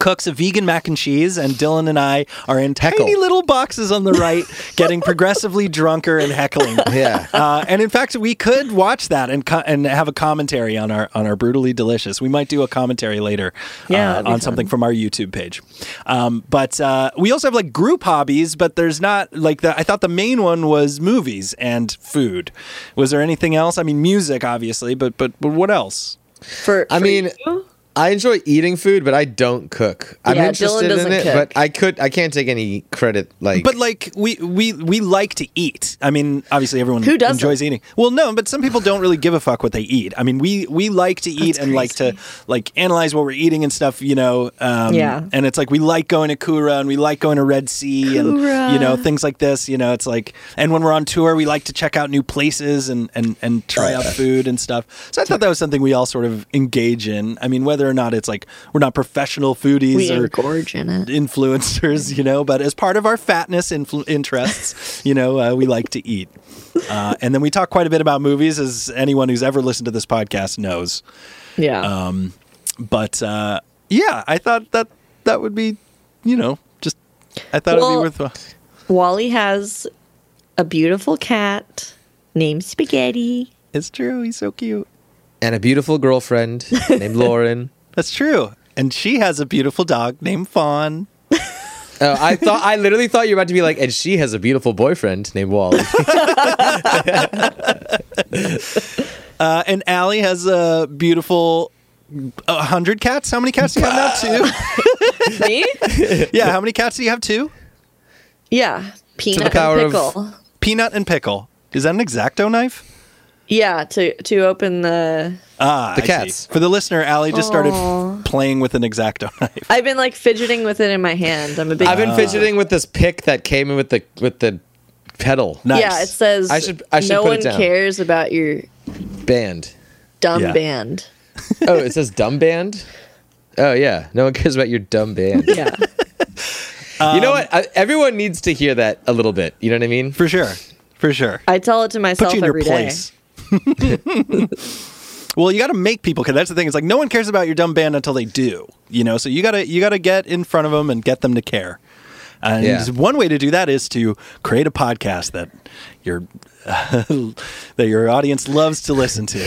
cooks a vegan mac and cheese, and Dylan and I are in tiny
Heckle.
little boxes on the right,
[LAUGHS]
getting progressively drunker and heckling.
Yeah.
Uh, and in fact, we could watch that and co- and have a commentary on our on our brutally delicious. We might do a commentary later,
Yeah,
uh, on
that'd be
something from our YouTube page. Um, but uh, we also have like group hobbies, but there's not like the, I thought the main one was movies and food. Was there anything else? I mean, music obviously, but but but what else?
for.
I
for
mean,
you?
I enjoy eating food, but I don't cook. I'm
Yeah, Dylan
interested in
doesn't
it,
cook.
but I could. I can't take any credit. Like,
But like we we we like to eat. I mean, obviously everyone
Who doesn't?
enjoys eating. Well, no, but some people don't really give a fuck what they eat. I mean, we we like to eat and like to like analyze what we're eating and stuff. You know, um,
Yeah.
And it's like we like going to Kura and we like going to Red Sea and you know things like this. You know, it's like and when we're on tour, we like to check out new places and and and
Oh,
try out food and stuff. So I thought that was something we all sort of engage in. I mean, whether or not it's like we're not professional foodies
we
or
engorge in it.
influencers, [LAUGHS] you know, but as part of our fatness influ- interests, you know, uh, we like to eat. Uh, and then we talk quite a bit about movies, as anyone who's ever listened to this podcast knows.
Yeah.
Uh, But uh, yeah, I thought that that would be, you know, just I thought
Well-
it'd be worth.
Wally has a beautiful cat named Spaghetti.
It's true. He's so cute.
and a beautiful
[LAUGHS]
girlfriend named Lauren.
That's true. And she has a beautiful dog named Fawn.
Oh, I thought I literally thought you were about to be like, and she has a beautiful boyfriend named
[LAUGHS]
Wally.
Uh, and Allie has a beautiful. A hundred cats? How many cats do you have now?
Me?
Two. Yeah, how many cats do you have? Two.
yeah. Peanut
power
and
of-
pickle.
Peanut and pickle. Is that an exacto knife?
Yeah, to to open the
Ah,
The
I see.
cats.
For the listener, Allie just started
Aw.
playing with an exacto knife.
I've been like fidgeting with it in my hand. I'm a big
I've
Ah.
been fidgeting with this pick that came in with the with the pedal
Nice.
Yeah, it says
I should- I should
no
put it
one
down.
cares about your
band.
dumb
Yeah.
band.
Oh, it says dumb band. Oh yeah, no one cares about your dumb band.
Yeah.
you know what? I, everyone needs to hear that a little bit. You know what I mean?
For sure. For sure.
I tell it to myself
Put you
every
in
day.
your place. [LAUGHS] well, you got to make people because that's the thing. It's like no one cares about your dumb band until they do. You know, so you got to you got to get in front of them and get them to care. And
Yeah.
one way to do that is to create a podcast that your [LAUGHS] that your audience loves to listen to.
[LAUGHS]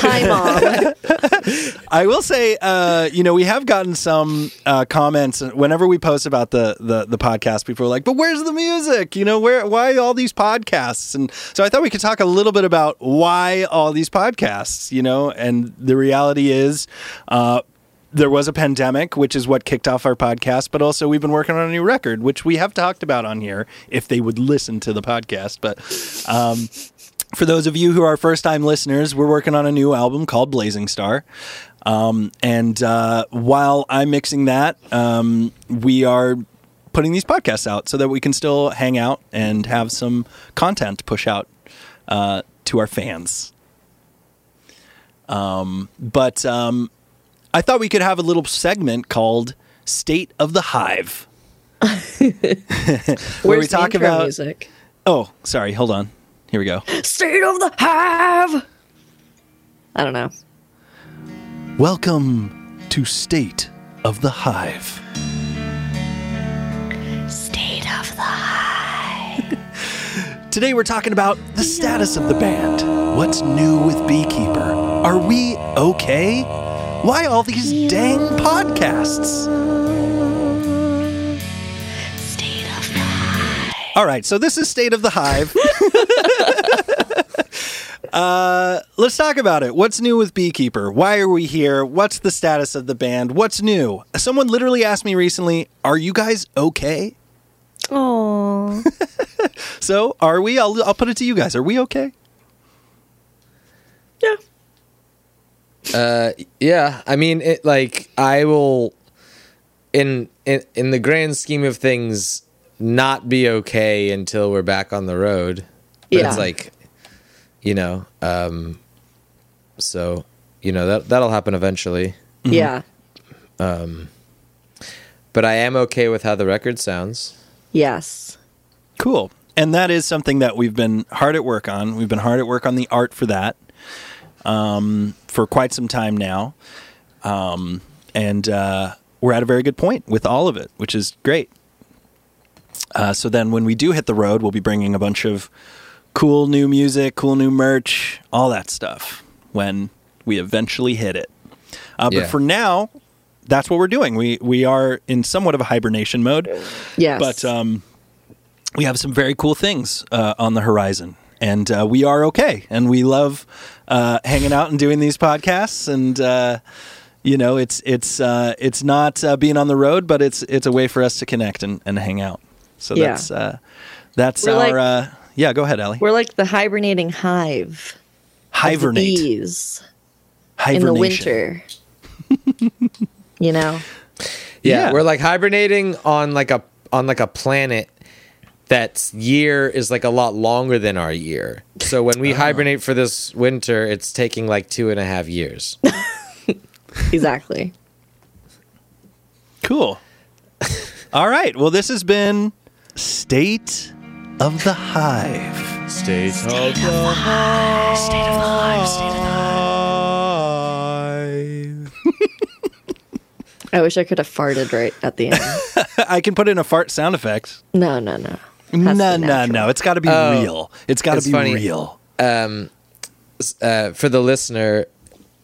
Hi, mom.
I will say, uh, you know, we have gotten some uh, comments whenever we post about the, the the podcast. People are like, "But where's the music? You know, where? Why all these podcasts?" And so I thought we could talk a little bit about why all these podcasts. You know, and the reality is. Uh, there was a pandemic, which is what kicked off our podcast, but also we've been working on a new record, which we have talked about on here if they would listen to the podcast. But um, for those of you who are first time listeners, we're working on a new album called Blazing Star. Um, and uh, while I'm mixing that, um, we are putting these podcasts out so that we can still hang out and have some content to push out uh, to our fans. Um, but um, I thought we could have a little segment called State of the
[LAUGHS]
Hive. where
Where's
we talk
the intro
about.
music?
Oh, sorry. Hold on. Here we go.
State of the hive. I don't know.
Welcome to State of the Hive.
State of
[LAUGHS]
the
Today we're talking about the status of the band. What's new with Beekeeper? Are we okay? Why all these dang podcasts?
State of
All right, so this is State of the Hive. uh, let's talk about it. What's new with Beekeeper? Why are we here? What's the status of the band? What's new? Someone literally asked me recently, "Are you guys okay?"
Oh.
So, are we? I'll, I'll put it to you guys. Are we okay?
[LAUGHS] yeah.
Yeah, I mean, it, like I will, in in in the grand scheme of things, not be okay until we're back on the road. But
Yeah.
it's like, you know, um, so you know that that'll happen eventually.
Yeah.
But I am okay with how the record sounds.
Yes.
Cool. And that is something that we've been hard at work on. We've been hard at work on the art for that um, for quite some time now. Um, and uh, we're at a very good point with all of it, which is great. Uh, so then when we do hit the road, we'll be bringing a bunch of cool new music, cool new merch, all that stuff when we eventually hit it. Uh,
Yeah.
But for now, that's what we're doing. We, we are in somewhat of a hibernation mode.
Yes.
But um, we have some very cool things uh, on the horizon, and uh, we are okay, and we love uh, hanging out and doing these podcasts, and uh, you know, it's it's uh, it's not uh, being on the road, but it's it's a way for us to connect and, and hang out. So
Yeah.
that's uh, that's
We're
our
like-
uh, yeah. Go ahead, Allie.
We're like the hibernating hive. of the
Hibernate.
bees in
Hibernation.
the winter. you know?
Yeah,
Yeah.
we're like hibernating on like a on like a planet that's year is like a lot longer than our year. So when
Ah.
we hibernate for this winter, it's taking like two and a half years.
Exactly. [LAUGHS]
Cool. All right. Well, this has been State of the Hive.
State of
I wish I could have farted right
[LAUGHS]
at the end.
I can put in a fart sound effect.
No, no, no.
No,
Has to
no,
be natural.
no. It's got to be
Oh.
real. It's got
It's
to be
funny. [LAUGHS]
real.
uh, for the listener,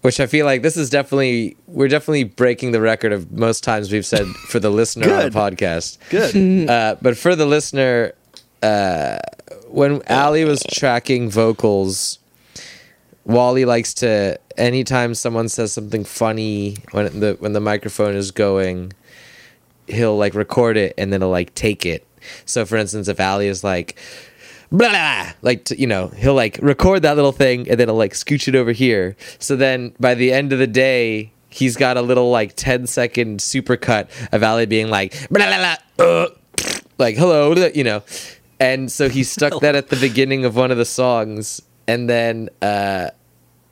which I feel like this is definitely we're definitely breaking the record of most times we've said for the listener on a
Good.
podcast.
Good.
Uh, but for the listener, uh, when Ali was tracking vocals, Wally likes to anytime someone says something funny when the when the microphone is going, he'll like record it and then he'll like take it. So for instance, if Ali is like blah, blah, blah, like to, you know, he'll like record that little thing and then he'll like scooch it over here. So then by the end of the day, he's got a little like 10 second supercut of Ali being like blah, blah, blah, uh, like hello, blah, you know. And so
[LAUGHS]
he stuck that at the beginning of one of the songs and then uh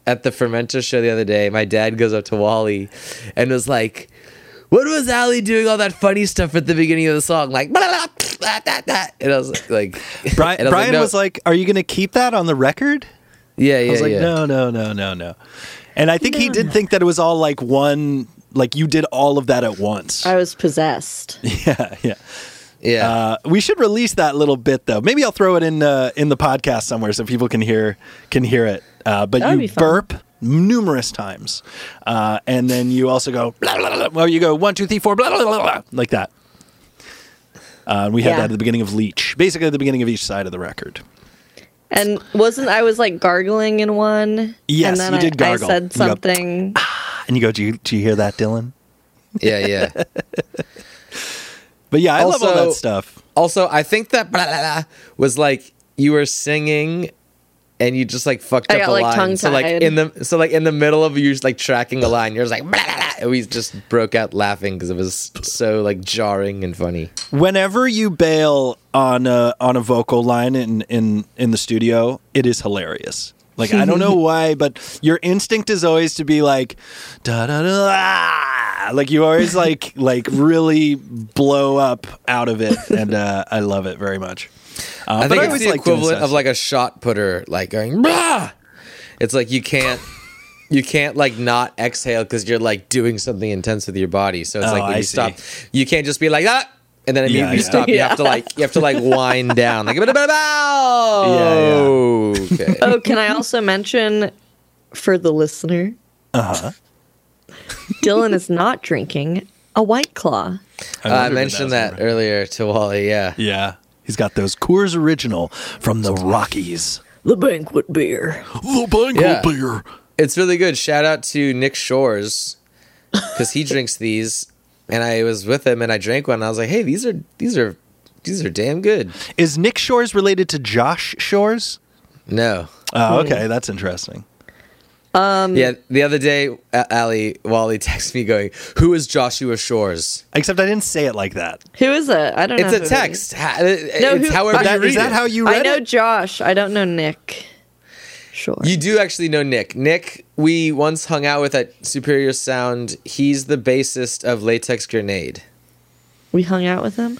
at the fermenter show the other day, my dad goes up to Wally and was like, What was Ali doing all that funny stuff at the beginning of the song? Like, blah, blah, blah, blah, blah, blah. and I was like,
Brian,
and I
Brian
"No."
was like, "Are you going to keep that on the record?"
Yeah,
I
yeah,
was like,
yeah.
"No, no, no, no, no." And I think he did think that it was all like one, like you did all of that at once.
I was possessed.
[LAUGHS] yeah, yeah.
Yeah.
Uh, we should release that little bit though. Maybe I'll throw it in uh, in the podcast somewhere so people can hear can hear it. Uh, but
That would
you
be fun.
burp numerous times, uh, and then you also go blah, blah, blah, blah. or you go one two three four blah blah blah, blah like that. Uh, and we had
Yeah.
that at the beginning of Leech, basically at the beginning of each side of the record.
And wasn't I was like gargling in one?
Yes,
and then
you
I,
did gargle.
I
You
said
go, [LAUGHS]
something.
And you go, do you, do you hear that, Dylan?
yeah,
[LAUGHS]
yeah.
But yeah, I love all
Also-
that stuff.
Also, I think that blah, blah, blah was like you were singing and you just like fucked
I
up
got,
a
like,
line. So like
tongue-tied.
in the so like in the middle of you just like tracking a line, you're just like blah, blah, blah, and we just broke out laughing because it was so like jarring and funny.
Whenever you bail on a on a vocal line in in in the studio, it is hilarious. Like I
[LAUGHS]
don't know why, but your instinct is always to be like da da da. da. Like you always
[LAUGHS]
like like really blow up out of it, and uh, I love it very much. Uh, but
I think it's
always
the
like doing
equivalent
stuff.
of like a shot putter, like going blah. It's like you
[LAUGHS]
can't. You can't like not exhale because you're like doing something intense with your body. So it's
Oh,
like when
I
you
see.
stop, you can't just be like ah, and then immediately
yeah.
stop. You have to like you have to like
[LAUGHS]
wind down like a bit about.
[LAUGHS]
Okay. Uh,
Oh, can I also mention for the listener?
Uh-huh.
Uh huh. [LAUGHS] Dylan is not drinking a white claw.
wondered
uh, I
when
mentioned
was
that,
over.
earlier to Wally. Yeah.
Yeah, he's got those Coors Original from the Rockies.
The banquet beer.
The Bengal
Yeah.
beer.
It's really good. Shout out to Nick Shores because he drinks these, and I was with him and I drank one. And I was like, hey, these are these are these are damn good.
Is Nick Shores related to Josh Shores?
No.
Oh, okay, that's interesting.
Um,
Yeah, the other day, A- Ali Wally texted me going, "Who is Joshua Shores?"
Except I didn't say it like that.
Who is it? I don't
It's
know.
a
who it
text. Ha- uh,
No,
it's
who-
however
But
you
That,
read
is that
it.
how Oh, you
I
read
know
it?
Josh. I don't know Nick. Sure.
You do actually know Nick. Nick, we once hung out with at Superior Sound. He's the bassist of Latex Grenade.
we hung out with him.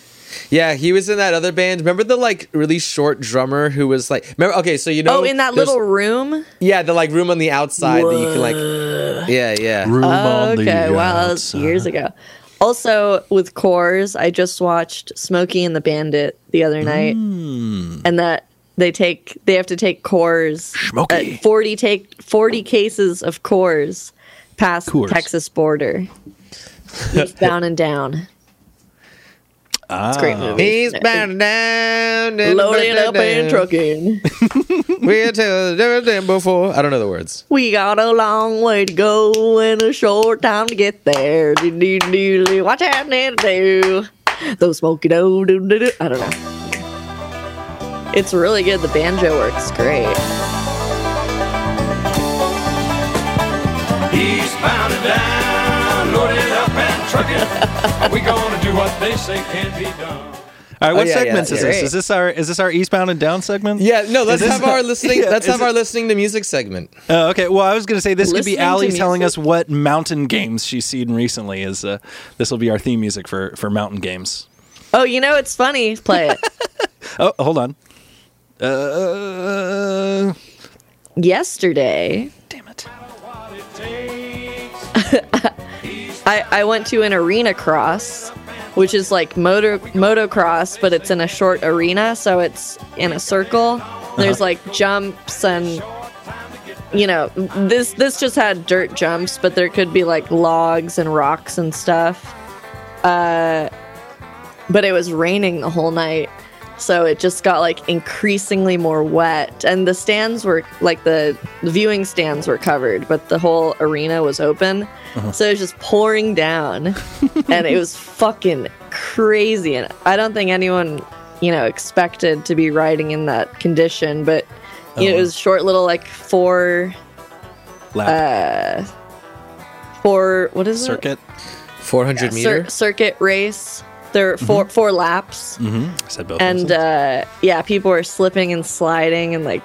Yeah, he was in that other band. Remember the like really short drummer who was like, remember? Okay, so you know,
oh, in that
there's-
little room.
yeah, the like room on the outside that you can like, yeah, yeah.
Room
Oh,
on the uh, uh-huh.
okay. Wow, that was
outside.
years ago. Also, with Coors, I just watched Smokey and the Bandit the other night,
Hmm.
and that they take they have to take Coors
Smokey.
uh, forty take forty cases of Coors past
Coors.
the Texas border,
[LAUGHS]
eastbound and down.
Ah.
It's a great movie.
He's bound down,
Loading up and trucking.
we tell never done before. I don't know the words.
We got a long way to go and a short time to get there. Do, do, do, do. Watch out, now, do. Those smoky do, do, do, do. I don't know. It's really good. The banjo works great.
He's bound and down, loaded up and trucking. we gonna do what they say can't be done.
All right, what
Oh, yeah, yeah,
segments is
yeah.
this? Is this our is this our eastbound and down segment?
Yeah, no, let's
this
have
not-
our listening.
Yeah,
let's
is
have
it-
our listening to music segment.
Oh, okay. Well, I was going to say this could
Listening
be
to
Allie telling us
music.
what mountain games she's seen recently. Is uh, this will be our theme music for for mountain games?
Oh, you know, it's funny. Play it.
Oh, hold on. Uh,
Yesterday,
damn it.
What it takes.
I, I went to an arena cross, which is like motor motocross, but it's in a short arena, so it's in a circle. There's like jumps and you know this this just had dirt jumps, but there could be like logs and rocks and stuff. Uh, but it was raining the whole night, so it just got like increasingly more wet, and the stands were like the viewing stands were covered, but the whole arena was open.
Uh-huh.
So it was just pouring
[LAUGHS]
down, and it was fucking crazy. And I don't think anyone, you know, expected to be riding in that condition, but you know, it
Oh.
was short little like four,
Lap
four, what
Uh,
is it?
circuit.
Four hundred meter.
Cir- circuit race. There were
Mm-hmm.
4 four laps,
hmm I said both.
and
those.
uh, yeah, people were slipping and sliding, and like,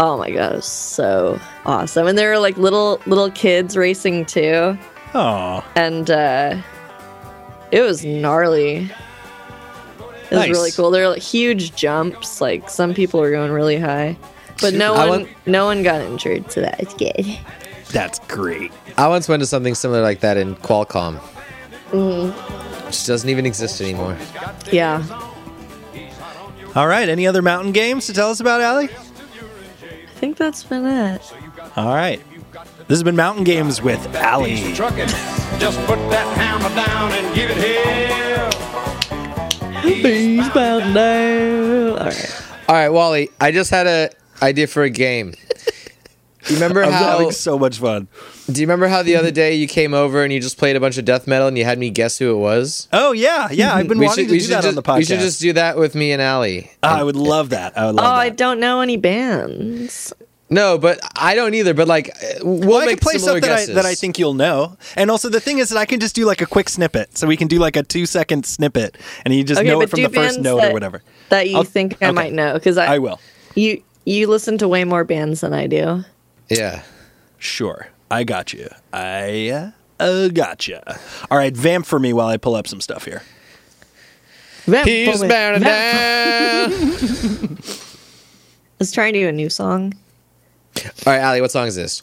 oh my god, it was so awesome. And there were like little little kids racing too.
Aw.
and uh, it was gnarly. It was
Nice.
really cool. There were like, huge jumps. Like some people were going really high, but no
I
one,
want-
no one got injured, so that's good.
that's great.
I once went to something similar like that in Qualcomm.
Mm-hmm.
Which doesn't even exist anymore.
Yeah,
All right. Any other mountain games to tell us about, Allie?
I think that's been it.
All right. This has been Mountain Games with Allie.
He's trucking. Just put that hammer down and give it hell.
Things about now. All right.
All right, Wally. I just had a idea for a game. You remember
[LAUGHS] I'm
how?
having so much fun.
Do you remember how the other day you came over and you just played a bunch of death metal and you had me guess who it was?
Oh yeah, yeah. I've been wanting to do that
just,
on the podcast.
We should just do that with me and Allie. Um,
Ah, I would love that. I would
Oh,
love
I
that.
don't know any bands.
No, but I don't either. But like, uh, we'll,
Well, I
make
can play
similar
stuff that I,
guesses.
that I think you'll know. And also, the thing is that I can just do like a quick snippet. So we can do like a two second snippet and you just
Okay,
know
but
it from
do
the first
bands
note
that,
or whatever.
that you
I'll-
think I
okay.
might know because I,
I will.
You you listen to way more bands than I do.
Yeah.
Sure. I got you. I uh, got you. All right, vamp for me while I pull up some stuff here.
Vamp
He's
Bowman,
bound and
Vamp
down.
I was trying to do a new song.
All right, Allie, what song is this?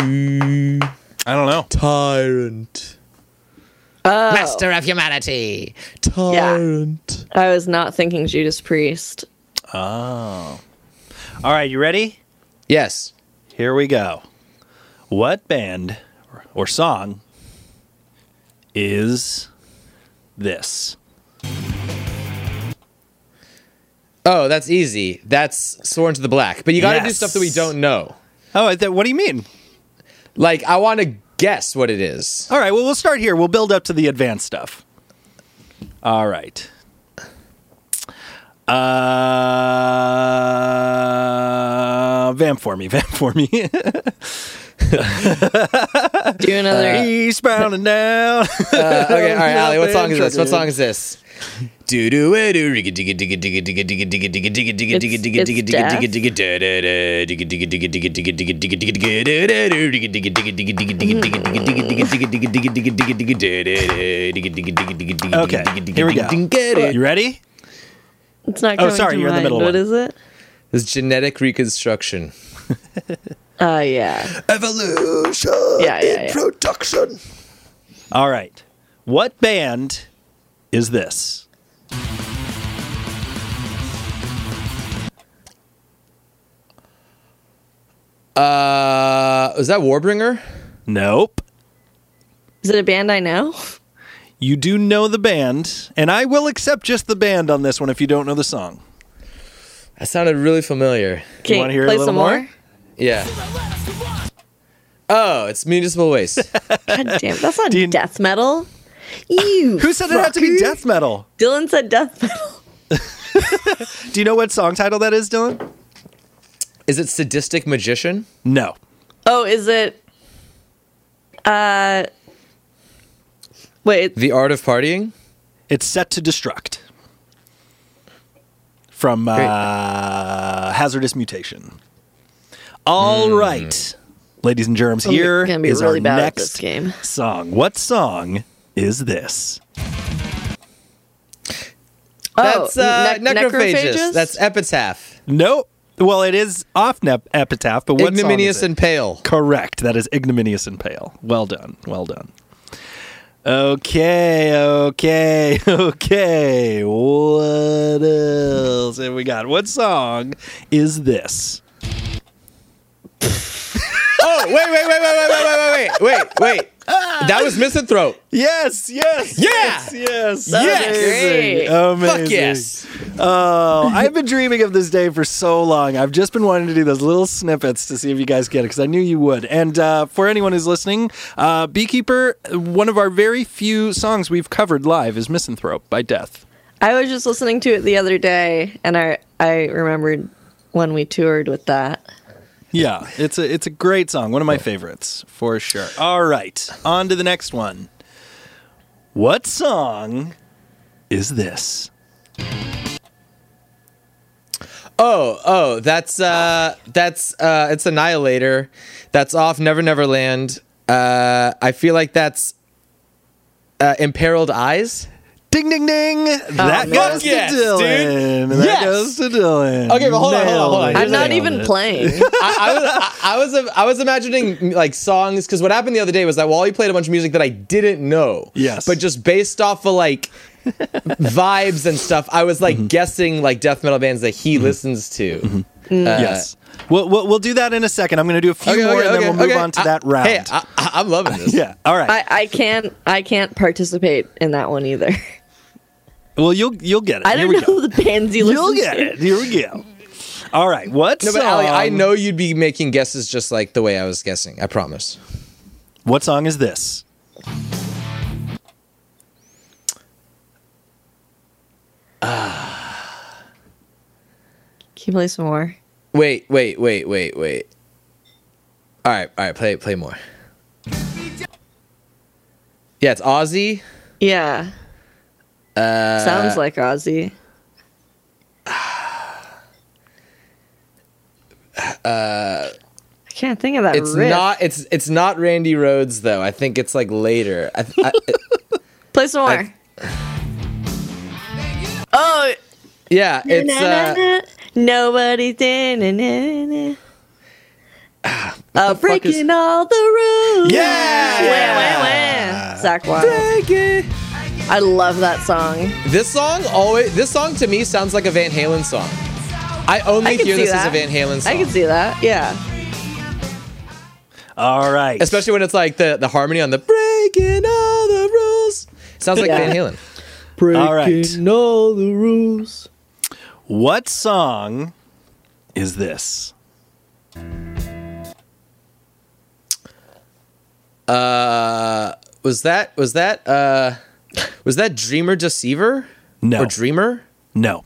I don't know.
Tyrant.
Oh,
Master of humanity. Tyrant.
I was not thinking Judas Priest.
All right, you ready?
Yes.
Here we go. What band or song is this?
Oh, that's easy. That's Sworn to the Black. But you got to do
Yes.
stuff that we don't know.
Oh, th- what do you mean?
Like, I want to guess what it is.
[LAUGHS] All right, well, we'll start here. We'll build up to the advanced stuff. All right. Uh, vamp for me, [LAUGHS] vamp for me.
Do another.
Uh, Eastbound and down.
Uh, okay, all right, Ali, what song is this? What
Triggered.
song is this?
okay, here we go. You ready?
It's not
Oh,
coming
sorry,
to
you're in the
mind.
middle
What
oh, one.
is it?
This genetic reconstruction.
Uh, yeah.
Evolution.
Uh,
Yeah, yeah, in yeah.
Production.
All right. What band is this?
Uh, was that Warbringer?
Nope.
Is it a band I know?
You do know the band, and I will accept just the band on this one if you don't know the song.
That sounded really familiar.
Can
wanna hear a
play
little
some
more?
more?
Yeah. Oh, it's Municipal
[LAUGHS]
Waste.
God damn, that's not
Do you-
death metal. You.
Who said it had to be death metal?
Dylan said death metal.
Do you know what song title that is, Dylan?
Is it Sadistic Magician?
No.
Oh, is it? Uh, wait.
The Art of Partying?
It's set to destruct. From uh, hazardous mutation. All right, ladies and germs.
I'm
Here
Hmm. gonna be
is
really
our
bad at
next
this game.
song. What song is this?
Oh,
That's uh,
nec-
necrophagus. That's Epitaph.
Nope. Well, it is off nep- epitaph, but what song
Ignominious
is it?
and Pale.
Correct. That is ignominious and pale. Well done. Well done. Okay, okay, [LAUGHS] okay. What else have we got? What song is this?
Oh, wait, wait, wait, wait, wait, wait, wait, wait,
[LAUGHS]
wait, wait.
Ah.
That was Misanthrope.
Yes, yes,
Yeah!
yes, yes,
Yes!
Amazing,
Great.
amazing.
Fuck yes.
Oh,
[LAUGHS]
I've been dreaming of this day for so long. I've just been wanting to do those little snippets to see if you guys get it because I knew you would. And uh, for anyone who's listening, uh, Beekeeper, one of our very few songs we've covered live is Misanthrope by Death.
I was just listening to it the other day, and I I remembered when we toured with that.
Yeah, it's a it's a great song. One of my favorites for sure. All right, on to the next one. What song is this?
Oh, oh, that's uh that's uh it's Annihilator. That's off Never Never Land. Uh I feel like that's uh Imperiled Eyes.
Ding ding ding! that
man.
goes to
Yes, dude.
Dylan. That
Yes.
goes to Dylan.
Okay, but hold on, hold on, hold on.
Nailed it.
Here's
I'm not
the-
[LAUGHS]
even
Nailed it.
playing.
I, I was I, I was I was imagining like songs because what happened the other day was that Wally played a bunch of music that I didn't know.
Yes.
But just based off of like vibes and stuff, I was
Mm-hmm.
like guessing like death metal bands that he listens to. Uh,
Mm-hmm. Yes. We'll, we'll, we'll do that in a second. I'm going to do a few
okay,
more
okay,
and
okay,
then we'll move
okay.
on to
I-
that round.
Hey, I, I- I'm loving
[LAUGHS]
this.
yeah. All right.
I, I can't I can't participate in that one either. [LAUGHS]
well, you'll you'll get it.
I
Here
don't
we
know
go.
the bands you listen
You'll get
to.
it. Here we go. All right. What
No,
song?
but Ali, I know you'd be making guesses just like the way I was guessing. I promise.
What song is this?
Can you play some more?
Wait, wait, wait, wait, wait. All right, all right. Play, play more. Yeah, it's Aussie.
Yeah. Uh, Sounds
[SIGHS]
like Ozzy.
Uh,
I can't think of that.
It's
riff.
not. It's it's not Randy Rhodes though. I think it's like later. I, I,
Play some more. oh,
yeah, it's.
[LAUGHS] na,
Uh,
na, na. nobody did. Na, na, na. Uh,
Ah, fuck is-
breaking all the rules.
Yeah!
Wah, wah, wah. Zach
uh,
Wild. I love that song.
this song always. This song to me sounds like a Van Halen song. I only
I can
hear
see
this
that.
as a Van Halen song,
I can see that. Yeah.
All right.
especially when it's like the the harmony on the breaking all the rules. Sounds like
Yeah.
Van Halen.
All right.
all the rules.
What song is this?
Was that was that uh was that Dreamer Deceiver?
No.
Or Dreamer?
No.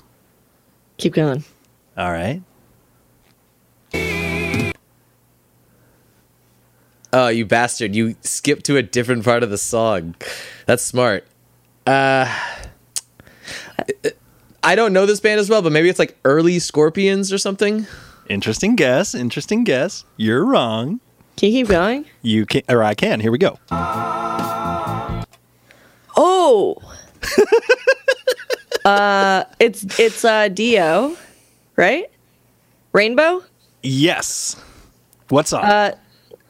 Keep going.
All right.
Oh, you bastard! You skipped to a different part of the song. That's smart. Uh, I don't know this band as well, but maybe it's like early Scorpions or something.
Interesting guess. Interesting guess. You're wrong.
Can you keep going?
You can or I can. Here we go.
[LAUGHS] Oh. uh, it's it's uh Dio, right? Rainbow? Uh,
Yes. What's
Uh,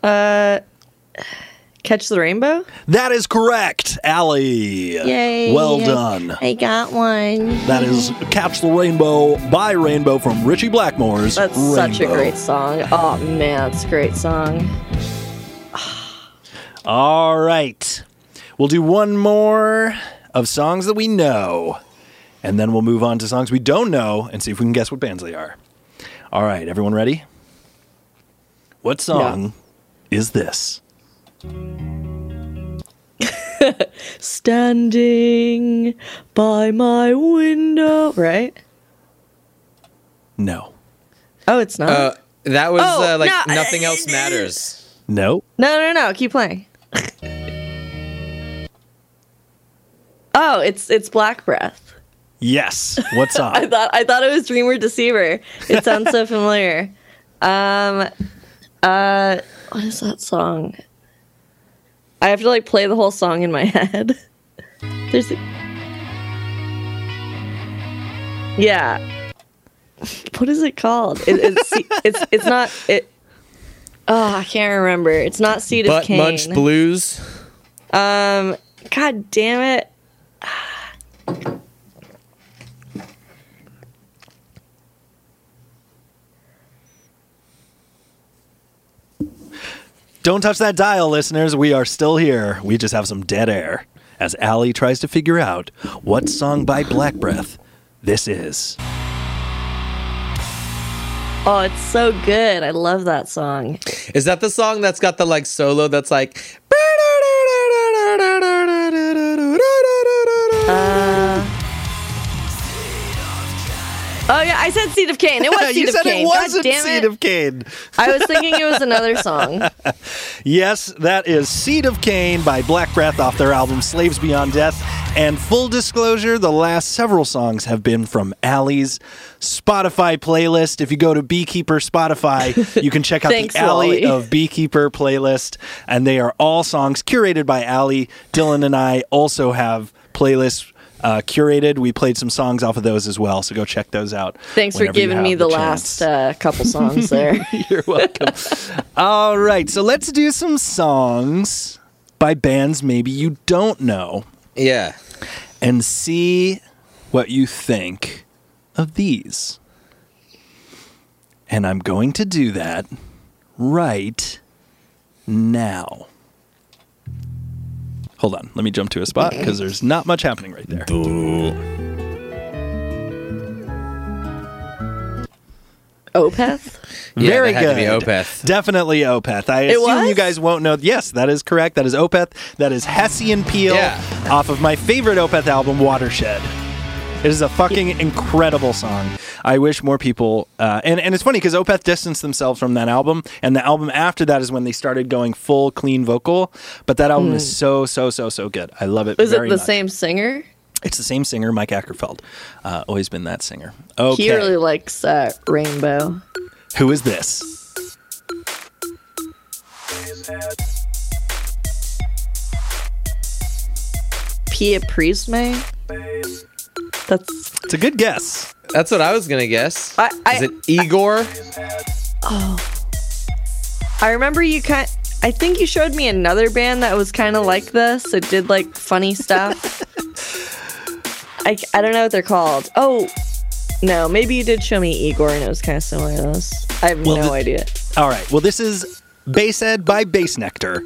up?
Catch the Rainbow?
that is correct, Allie.
Yay.
Well done.
I got one.
That is Catch the Rainbow by Rainbow from Richie Blackmore's
That's
Rainbow.
such a great song. Oh man, it's a great song.
All right. We'll do one more of songs that we know, and then we'll move on to songs we don't know and see if we can guess what bands they are. All right, everyone ready? What song is this?
Standing by my window, right?
No.
Oh, it's not.
Uh, that was
Oh,
uh, like
no,
nothing
uh,
else matters.
No.
no, no, no. Keep [LAUGHS] playing. oh, it's it's Black Breath.
Yes.
[LAUGHS]
What
I
song?
thought I thought it was Dreamer Deceiver. It sounds so familiar. Um, uh, what is that song? I have to like play the whole song in my [LAUGHS] head. There's, a... yeah. What is it called? It, it's it's it's not it. Oh, I can't remember. It's not Seed of
Butt
Cain.
Munch Blues.
Um, God damn it.
Don't touch that dial, listeners. We are still here. We just have some dead air as Allie tries to figure out what song by Black Breath this is.
Oh, it's so good. I love that song.
Is that the song that's got the like solo that's like
Uh, Oh yeah, I said Seed of Cain. It was
[LAUGHS]
Seed
you
of
said it
Cain.
wasn't
God damn
Seed
it.
of Cain.
I
[LAUGHS]
was thinking it was another song.
Yes, that is Seed of Cain by Black Breath off their album Slaves Beyond Death. And full disclosure, the last several songs have been from Allie's Spotify playlist. If you go to Beekeeper Spotify, you can check out
Thanks,
the Allie
Wally.
of Beekeeper playlist. And they are all songs curated by Allie. Dylan and I also have playlists. Uh, curated. We played some songs off of those as well, so go check those out.
Thanks for
whenever you
giving
have
me the,
chance.
last uh,
[LAUGHS]
couple songs there.
You're welcome. All right, so let's do some songs by bands maybe you don't know
Yeah.
and see what you think of these. And I'm going to do that right now. Hold on, let me jump to a spot because there's not much happening right there.
Opeth.
Yeah,
Very
that
good.
had to be Opeth.
Definitely Opeth. I
It
assume
was?
you guys won't know. Yes, that is correct. That is Opeth. That is Hessian Peel
Yeah.
off of my favorite Opeth album, Watershed. It is a fucking incredible song. I wish more people. Uh, and, and it's funny because Opeth distanced themselves from that album, and the album after that is when they started going full clean vocal. But that album is so, so, so, so good. I love it.
Was Hmm. it
very
the
much.
same singer?
It's the same singer, Mike Ackerfeld. Uh, always been that singer. Okay.
He really likes uh, Rainbow.
Who is this?
Pia Prisme. That's
It's a good guess.
That's what I was gonna guess.
I- I-
Is it Igor?
I remember you kind. I think you showed me another band that was kind of like this. It did like
[LAUGHS]
funny stuff. I, I don't know what they're called. Oh, no, maybe you did show me Igor and it was kind of similar to this. I have
Well,
no
the-
idea.
All right. Well, this is Basshead by Bass Nectar,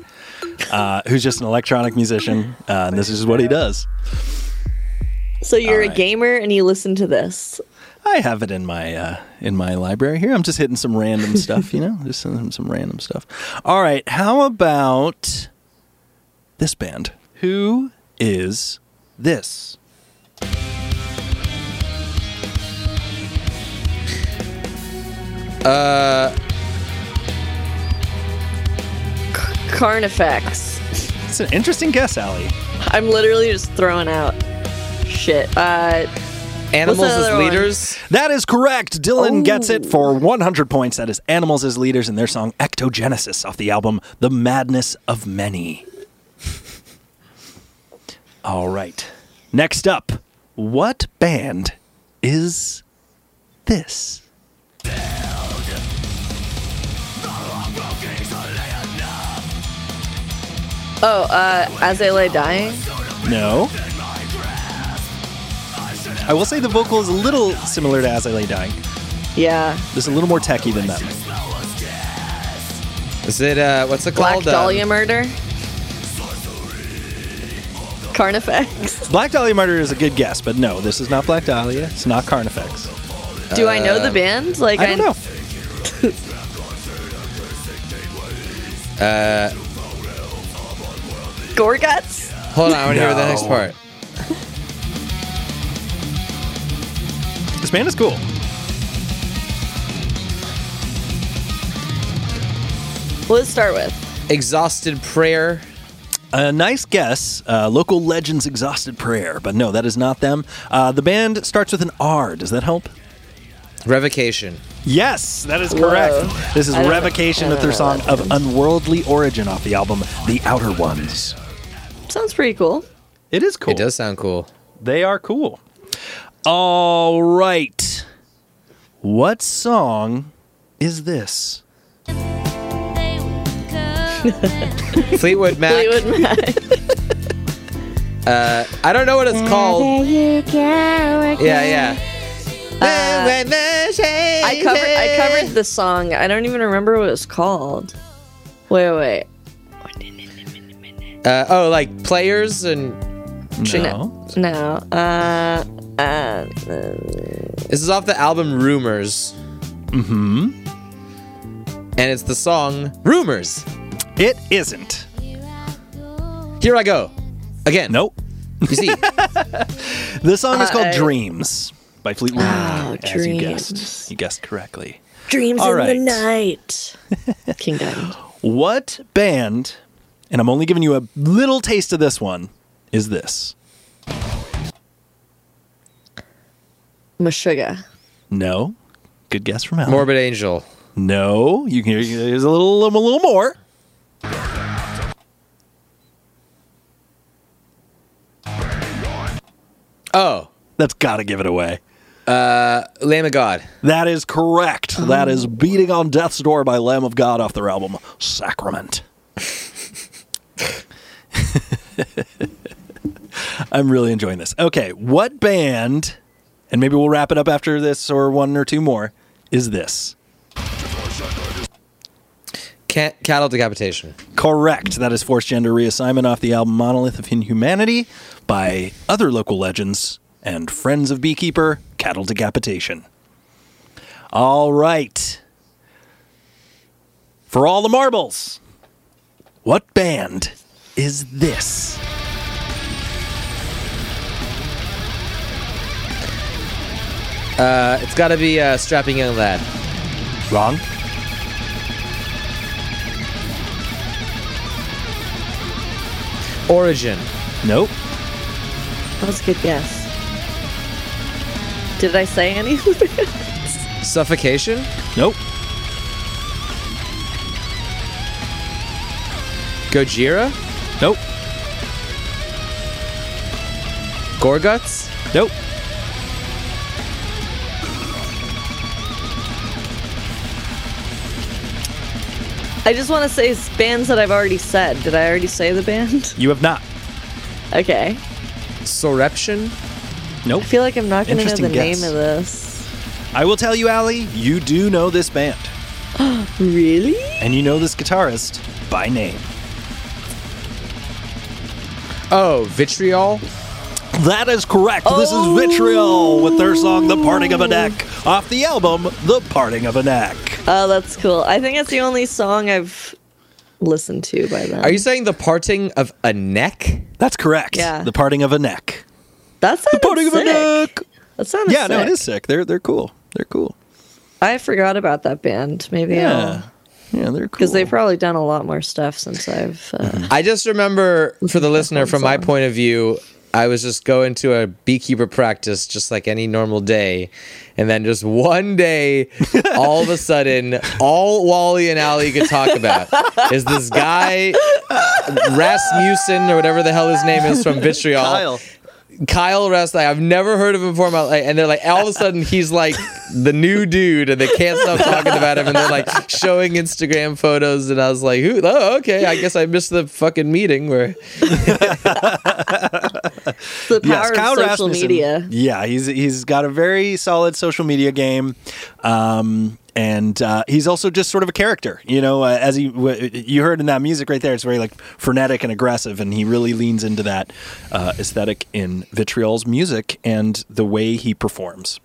uh, who's just an electronic musician, uh, and this is what he does.
So you're a
right.
gamer and you listen to this.
I have it in my uh, in my library here. I'm just hitting some random [LAUGHS] stuff, you know, just some some random stuff. All right. How about this band? Who is this?
Carnifex.
It's an interesting guess, Allie.
I'm literally just throwing out shit. Uh,
Animals as
another one?
leaders?
That is correct. Dylan gets it for 100 points. That is Animals as Leaders in their song Ectogenesis off the album The Madness of Many. [LAUGHS] All right. Next up, what band is this?
Oh, uh, as I lay dying.
No. I will say the vocal is a little similar to As I Lay Dying.
Yeah,
Just a little more techy than that.
Is it uh what's it
Black
called? Um,
Dahlia murder. Carnifex.
Black Dahlia Murder is a good guess, but no, this is not Black Dahlia. It's not Carnifex.
Do I know the band? Like
Uh, I don't know.
Gorguts.
Hold on, I want to hear the next
No.
part.
This band is cool.
Let's start with.
Exhausted prayer.
A nice guess, uh, local legends exhausted prayer, but no, that is not them. Uh, the band starts with an R. Does that help?
Revocation.
Yes, that is correct.
Whoa.
This is
I don't-
Revocation
I
with their
don't know
song of unworldly origin off the album The Outer Ones.
Sounds pretty cool.
It is cool.
It does sound cool.
They are cool. All right. What song is this?
Fleetwood Mac.
Fleetwood Mac.
I don't know what it's called. Yeah, yeah.
I
I
covered [LAUGHS] Uh, I covered the song. I don't even remember what it was called. Wait, wait.
Uh, oh, like players and
No.
No. Uh uh
this is off the album Rumors,
Mm-hmm.
and it's the song Rumors.
It isn't.
Here I go, again.
Nope.
You see,
The song is called
Uh, I-
Dreams by Fleetwood
Oh,
Mac. as you
Dreams.
guessed. You guessed correctly.
Dreams
All
in the
right.
[LAUGHS] night. King Diamond.
What band, and I'm only giving you a little taste of this one, is this?
Meshuggah.
No. Good guess from Alan.
Morbid Angel.
No. You can here's a little a little more.
Oh,
That's gotta give it away.
Lamb of God.
That is correct. That is Beating on Death's Door by Lamb of God off their album Sacrament. [LAUGHS] I'm really enjoying this. Okay, what band, and maybe we'll wrap it up after this or one or two more, is this?
Ca- cattle decapitation.
Correct. That is Forced Gender Reassignment off the album Monolith of Inhumanity by other local legends and friends of Beekeeper, Cattle Decapitation. All right. For all the marbles, what band is this?
Uh, it's got to be uh, strapping young lad.
Wrong.
Origin.
Nope.
That was a good guess. Did I say anything?
Suffocation.
Nope.
Gojira.
Nope.
Gorguts.
Nope.
[LAUGHS] I just want to say s- bands that I've already said. Did I already say the band? [LAUGHS]
You have not.
Okay.
Soreption.
Nope.
I feel like I'm not going to know
Interesting
the
guess.
name of this.
I will tell you, Allie, you do know this band,
Really?
and you know this guitarist by name.
Oh, vitriol.
That is correct. This is Vitriol with their song The Parting of a Neck off the album The Parting of a Neck.
Oh, that's cool. I think that's the only song I've listened to by them.
Are you saying the parting of a neck?
That's correct.
Yeah.
The Parting of a Neck.
That sounded
Parting
sick.
of a Neck.
That sounded
Yeah,
sick.
no, it is sick. They're they're cool. They're cool.
I forgot about that band. Maybe
Yeah. Yeah, they're cool.
because they've probably done a lot more stuff since I've. Uh,
[LAUGHS] I just remember for the listener, from my point of view, I was just going to a beekeeper practice just like any normal day. And then just one day, all of a sudden, all Wally and Allie could talk about is this guy, Rasmussen, or whatever the hell his name is from Vitriol. Kyle Rest, like, I've never heard of him before. In my life. And they're like, all of a sudden, he's like the new dude, and they can't stop talking about him. And they're like showing Instagram photos, and I was like, who? Oh, okay. I guess I missed the fucking meeting where
The power of social media.
Yeah, he's he's got a very solid social media game, um, and uh, he's also just sort of a character. You know, uh, as he w- you heard in that music right there, it's very like frenetic and aggressive, and he really leans into that uh, aesthetic in Vitriol's music and the way he performs.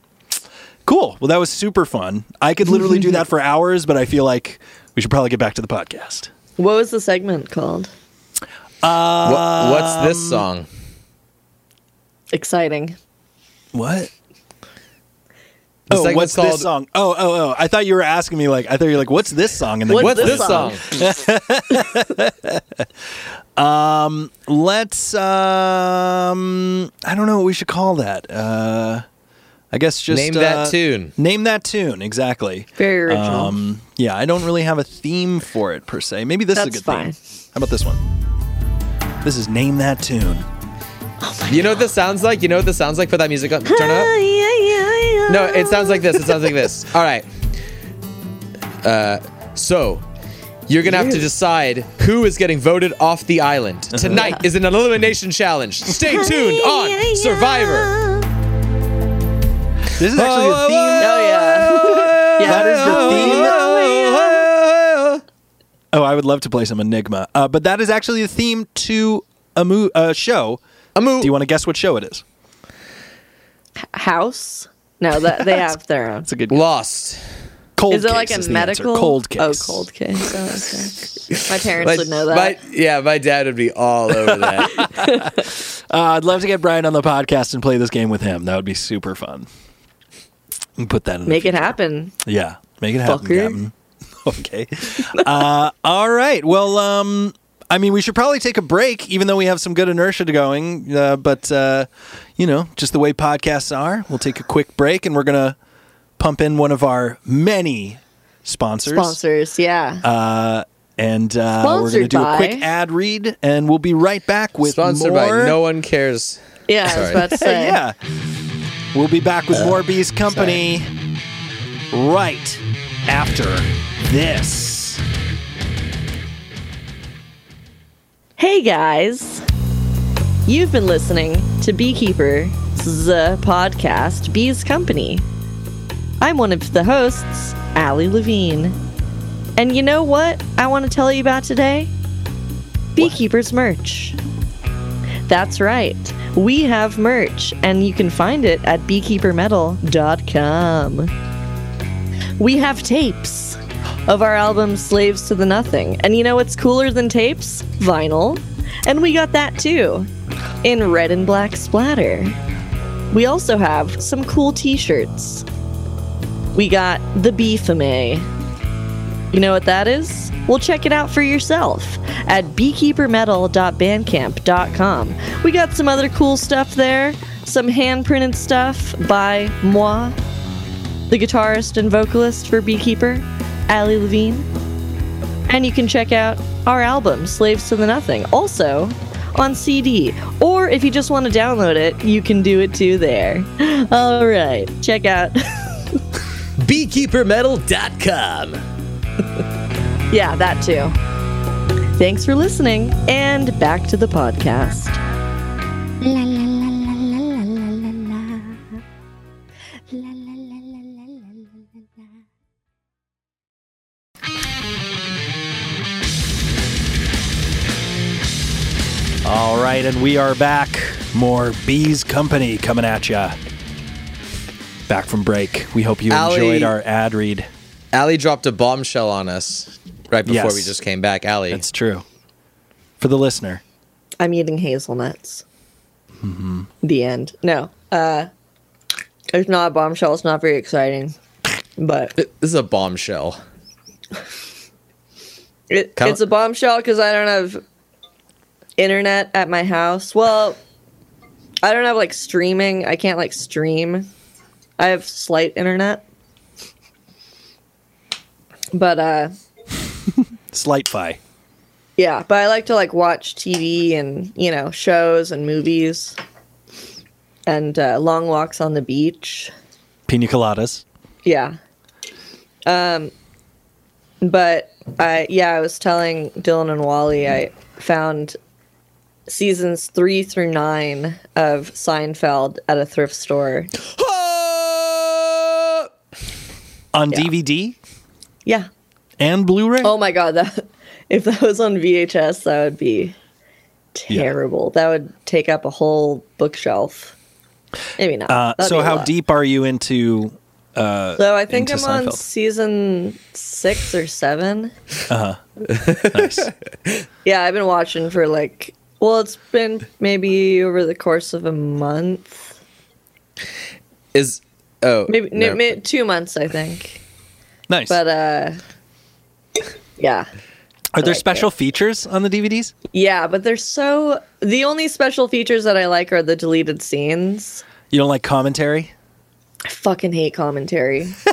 Cool. Well, that was super fun. I could literally
[LAUGHS]
do that for hours, but I feel like we should probably get back to the podcast.
What was the segment called?
Wha- what's this
Um,
song?
Exciting.
What?
The
oh,
segment's
what's
called-
this song? Oh, oh, oh! I thought you were asking me. Like, I thought you were like, "What's this song?" And then
What's
What's
This
this
song.
song?
let's. Um, I don't know what we should call that. Uh, I guess just
Name that
uh,
tune.
Name that tune exactly.
Very original.
Um, yeah, I don't really have a theme for it per se. Maybe this
That's
is a good
fine.
theme. How about this one? This is name that tune.
You know what this sounds like? You know what this sounds like? Put that music up. Turn it up.
it
No, it sounds like this. It sounds like this. All right. Uh, so you're gonna have to decide who is getting voted off the island
Uh-huh.
tonight. Is an elimination
[LAUGHS]
challenge. Stay tuned on Survivor.
This is actually the theme.
Oh yeah.
[LAUGHS]
yeah.
That is the theme.
Oh,
Oh, I would love to play some Enigma, uh, but that is actually the theme to a mo- uh, show.
Amu,
Do you want to guess what show it is?
house. No,
[LAUGHS]
that they have their own.
It's a good
lost.
cold.
Is it like
case
a
is the answer.
medical
cold case?
Oh, cold case. Oh,
[LAUGHS]
okay. My parents
My-
would know that.
my- yeah, my dad would be all over that.
Uh, I'd love to get Brian on the podcast and play this game with him. That would be super fun. We can Put that in. the
Make it
future.
happen.
Yeah, make it happen,
Fucker.
Captain. [LAUGHS] Okay. uh, all right. Well, um, I mean, we should probably take a break, even though we have some good inertia to going. Uh, but uh, you know, just the way podcasts are, we'll take a quick break, and we're gonna pump in one of our many sponsors. Uh,
Sponsors, yeah.
And uh, we're going to
Sponsored
do a quick
by-
ad read, and we'll be right back with
Sponsored
more.
by No One Cares.
yeah, I was
sorry.
about to
[LAUGHS]
say.
yeah. We'll be back with more Bees Company right after this.
Hey guys, you've been listening to Beekeeper, the podcast Bees Company. I'm one of the hosts, Allie Levine. And you know what I want to tell you about today? Beekeeper's merch. That's right, we have merch, and you can find it at beekeepermetal.com. We have tapes of our album Slaves to the Nothing. And you know what's cooler than tapes? Vinyl. And we got that too in red and black splatter. We also have some cool t shirts. We got the Beefame. You know what that is? Well, check it out for yourself at beekeepermetal.bandcamp.com. We got some other cool stuff there, some hand printed stuff by moi, the guitarist and vocalist for Beekeeper, Ali Levine. And you can check out our album, Slaves to the Nothing, also on CD. Or if you just want to download it, you can do it too there. [LAUGHS] All right, check out. [LAUGHS]
BeekeeperMetal.com.
yeah, that too. Thanks for listening, and back to the podcast.
La la la la la la la la la. La la la la la la la la.
All right, and we are back. More Bees Company coming at ya. Back from break. We hope you
Ally-
enjoyed our ad read.
Allie dropped a bombshell on us right before
Yes.
we just came back. Allie,
That's true. For the listener.
I'm eating hazelnuts. The end. No, uh, it's not a bombshell. It's not very exciting, but
Th- this is a bombshell.
It,
Come-
it's a bombshell because I don't have internet at my house. Well, I don't have like streaming. I can't like stream. I have slight internet. But uh
Slightfi.
yeah, but I like to like watch TV and, you know, shows and movies. and uh, long walks on the beach.
Pina coladas.
Yeah. Um, but I yeah, I was telling Dylan and Wally I found seasons three through nine of Seinfeld at a thrift store.
On DVD
Yeah.
and Blu ray.
Oh my god, that [LAUGHS] if that was on VHS, that would be terrible. That would take up a whole bookshelf. Maybe not.
uh,
That'd
so,
be a
how
lot.
deep are you into
So I think I'm
into
on
Seinfeld?
season six or seven. [LAUGHS]
nice?
Yeah, I've been watching for like, well, it's been maybe over the course of a month,
Is oh
maybe
no.
no. maybe two months, I think.
nice.
But uh, yeah,
are there
like
special features on the DVDs?
yeah. But they're so the only special features that I like are the deleted scenes.
You don't like commentary?
I fucking hate commentary.
[LAUGHS]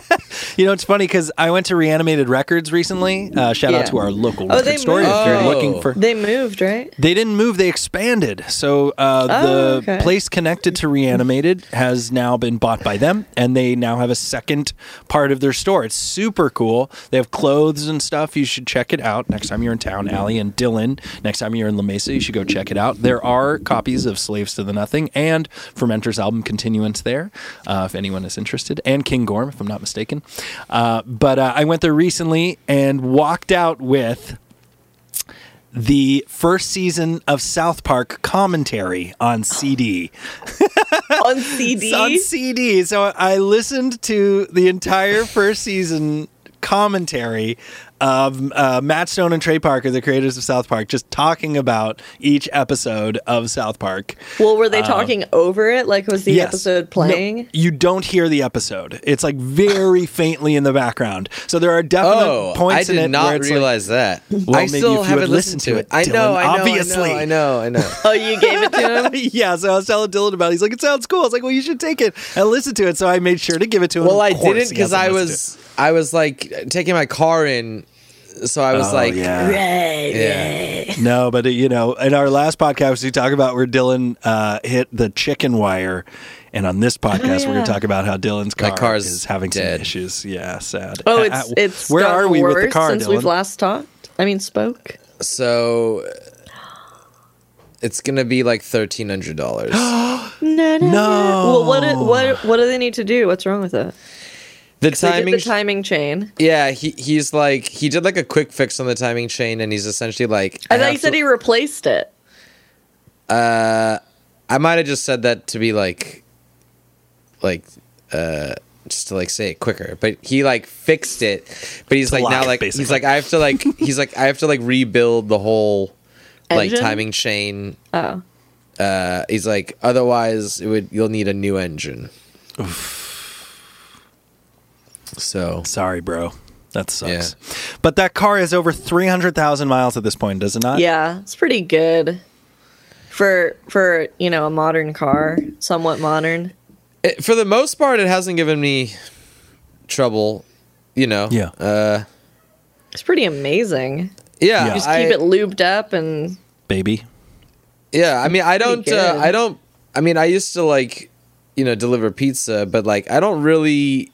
You know, it's funny because I went to Reanimated Records recently. Uh, shout
Yeah.
out to our local
Oh, they
record store if
moved, Oh.
you're
right?
looking for.
They moved, right?
They didn't move; they expanded. So uh,
Oh,
the
okay.
place connected to Reanimated has now been bought by them, and they now have a second part of their store. It's super cool. They have clothes and stuff. You should check it out next time you're in town, Allie and Dylan. Next time you're in La Mesa, you should go check it out. There are copies of Slaves to the Nothing and Fermenter's album Continuance there, uh, if anyone is interested, and King Gorm, if I'm not mistaken. Uh, but uh, I went there recently and walked out with the first season of South Park commentary
[GASPS]
on CD.
On CD.
It's on CD. So I listened to the entire first season commentary of uh, Matt Stone and Trey Parker, the creators of South Park, just talking about each episode of South Park.
well, were they talking over it? Like, was the
Uh, Yes.
episode playing?
No, you don't hear the episode. It's like
[LAUGHS]
very faintly in the background. So there are definite
Oh, I
points in
did
it where
not
it's like,
realize that.
[LAUGHS] Well,
I
maybe if
still
you
haven't
had
listened to it. I
Dylan,
know, I know,
obviously.
I know, I know. I know.
Oh, you gave it to him.
[LAUGHS] yeah, so I was telling Dylan about. it. He's like, "It sounds cool." I was like, "Well, you should take it and listen to it." So I made sure to give it to him. [LAUGHS]
well,
Of
I
course
didn't
he
because
hasn't
I
listened to
was I was like taking my car in, so I was
it.
like,
oh, yeah.
yeah.
no, but uh, you know, in our last podcast, we talked about where Dylan uh, hit the chicken wire, and on this podcast, we're
yeah.
going to talk about how Dylan's car
car's
is having
dead.
some issues. Yeah, sad.
Oh,
Uh,
it's
uh,
it's
where
gotten
are we
worse
with the car,
since
Dylan?
we've last talked? I mean, spoke.
So uh, it's gonna be like thirteen
[GASPS]
hundred dollars.
No, no.
No.
Well, what do- what what do they need to do? What's wrong with it?
the
They did
timing,
the timing chain.
yeah. He he's like he did like a quick fix on the timing chain, and he's essentially like.
I, thought
have
you said
to-
he replaced it.
I might have just said that to be like, like, uh, just to like say it quicker. But he like fixed it. But he's like now
lie,
like he's
basically.
like I have to like he's like I have to like rebuild the whole like
Engine?
timing chain.
Oh,
Uh, he's like otherwise it would you'll need a new engine. So
Sorry, bro. That sucks.
Yeah.
But that car has over three hundred thousand miles at this point, does it not?
yeah, it's pretty good for for you know a modern car, somewhat modern.
it, for the most part, it hasn't given me trouble. You know.
Yeah.
Uh,
It's pretty amazing.
You
yeah.
just
Just
I-
keep it lubed up and
baby.
Yeah, I mean, I don't, uh,
good.
I don't, I mean, I used to like, you know, deliver pizza, but like, I don't really,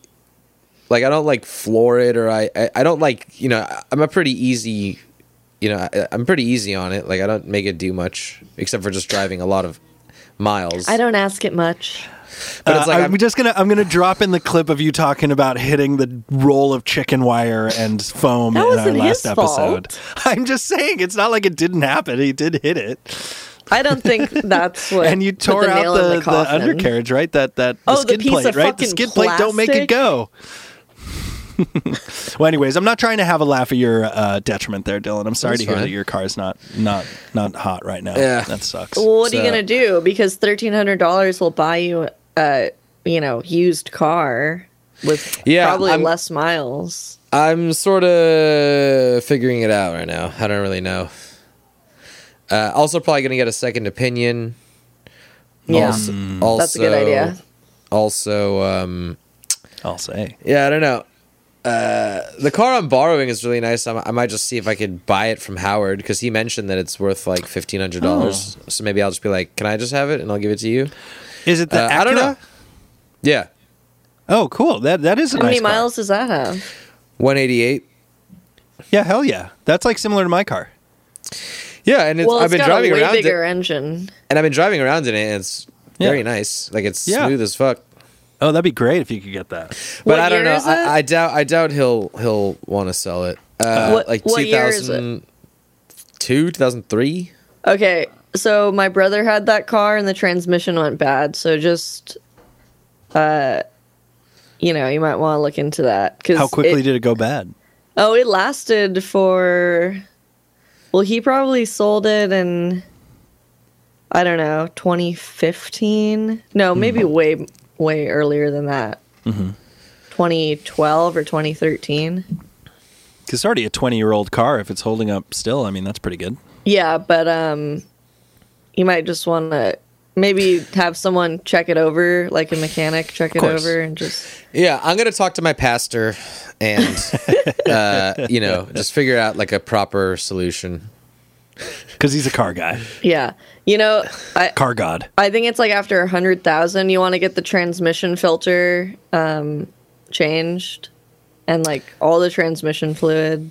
like, I don't like floor it or I, I, I don't like, you know, I- I'm a pretty easy, you know, I, I'm pretty easy on it. Like, I don't make it do much except for just driving a lot of miles.
I don't ask it much.
but it's
Uh,
like,
I'm,
I'm,
just gonna I'm gonna drop in the clip of you talking about hitting the roll of chicken wire and foam
That
in our
wasn't
last
his
episode. [LAUGHS]
fault.
I'm just saying it's not like it didn't happen. He did hit it,
I don't think that's what.
and you
put
tore out
nail in
the, the,
coffin.
undercarriage, right? That that the
Oh, the
skid
piece
plate,
of
right? The
fucking
skid plate. Don't make it
plastic?
go. [LAUGHS] well, anyways, I'm not trying to have a laugh at your uh, detriment there, Dylan. I'm sorry
That's
to hear
fine.
that your car is not not not hot right now.
Yeah.
that sucks.
Well, what are
So-
you gonna do? Because thirteen hundred dollars will buy you a you know used car with
Yeah,
probably
I'm-
less miles.
I'm sort of figuring it out right now. I don't really know. Uh, also, probably gonna get a second opinion.
Yeah,
Also, also,
that's a good idea.
Also, um,
I'll say.
Yeah, I don't know. Uh, the car I'm borrowing is really nice. I, I might just see if I could buy it from Howard because
Oh.
he mentioned that it's worth like fifteen hundred dollars. So maybe I'll just be like, "Can I just have it?" and I'll give it to you.
Is it the
Uh, I don't
Acura?
know. Yeah,
Oh, cool. That that is a
How many
nice car.
miles does that have?
188.
Yeah, hell yeah. That's like similar to my car.
Yeah, and it's,
well,
I've
it's
been
got
driving
a way
around
bigger
it,
engine.
and I've been driving around in it, and it's
Yeah.
very nice. Like it's
Yeah.
smooth as fuck.
Oh, that'd be great if you could get that.
But
What
I don't
year
know.
is it?
I, I doubt. I doubt he'll he'll want to sell it. Uh,
What-
like
what
two
year is it?
thousand two, two thousand three.
Okay, so my brother had that car and the transmission went bad. So just, uh, you know, you might want to look into that because
How quickly did it go bad?
Oh, it lasted for. Well, he probably sold it in. I don't know, 2015. No, maybe way way earlier than that. 2012 or 2013.
Because it's already a 20 year old car. If it's holding up still, I mean, that's pretty good.
Yeah, but um, you might just want to maybe have someone check it over, like a mechanic check it
course.
over, and just
Yeah, I'm gonna talk to my pastor,
[LAUGHS]
and uh, you know, just figure out like a proper solution.
Because he's a car guy,
yeah. You know, I
car god.
I think it's like after a hundred thousand, you want to get the transmission filter um, changed, and like all the transmission fluid.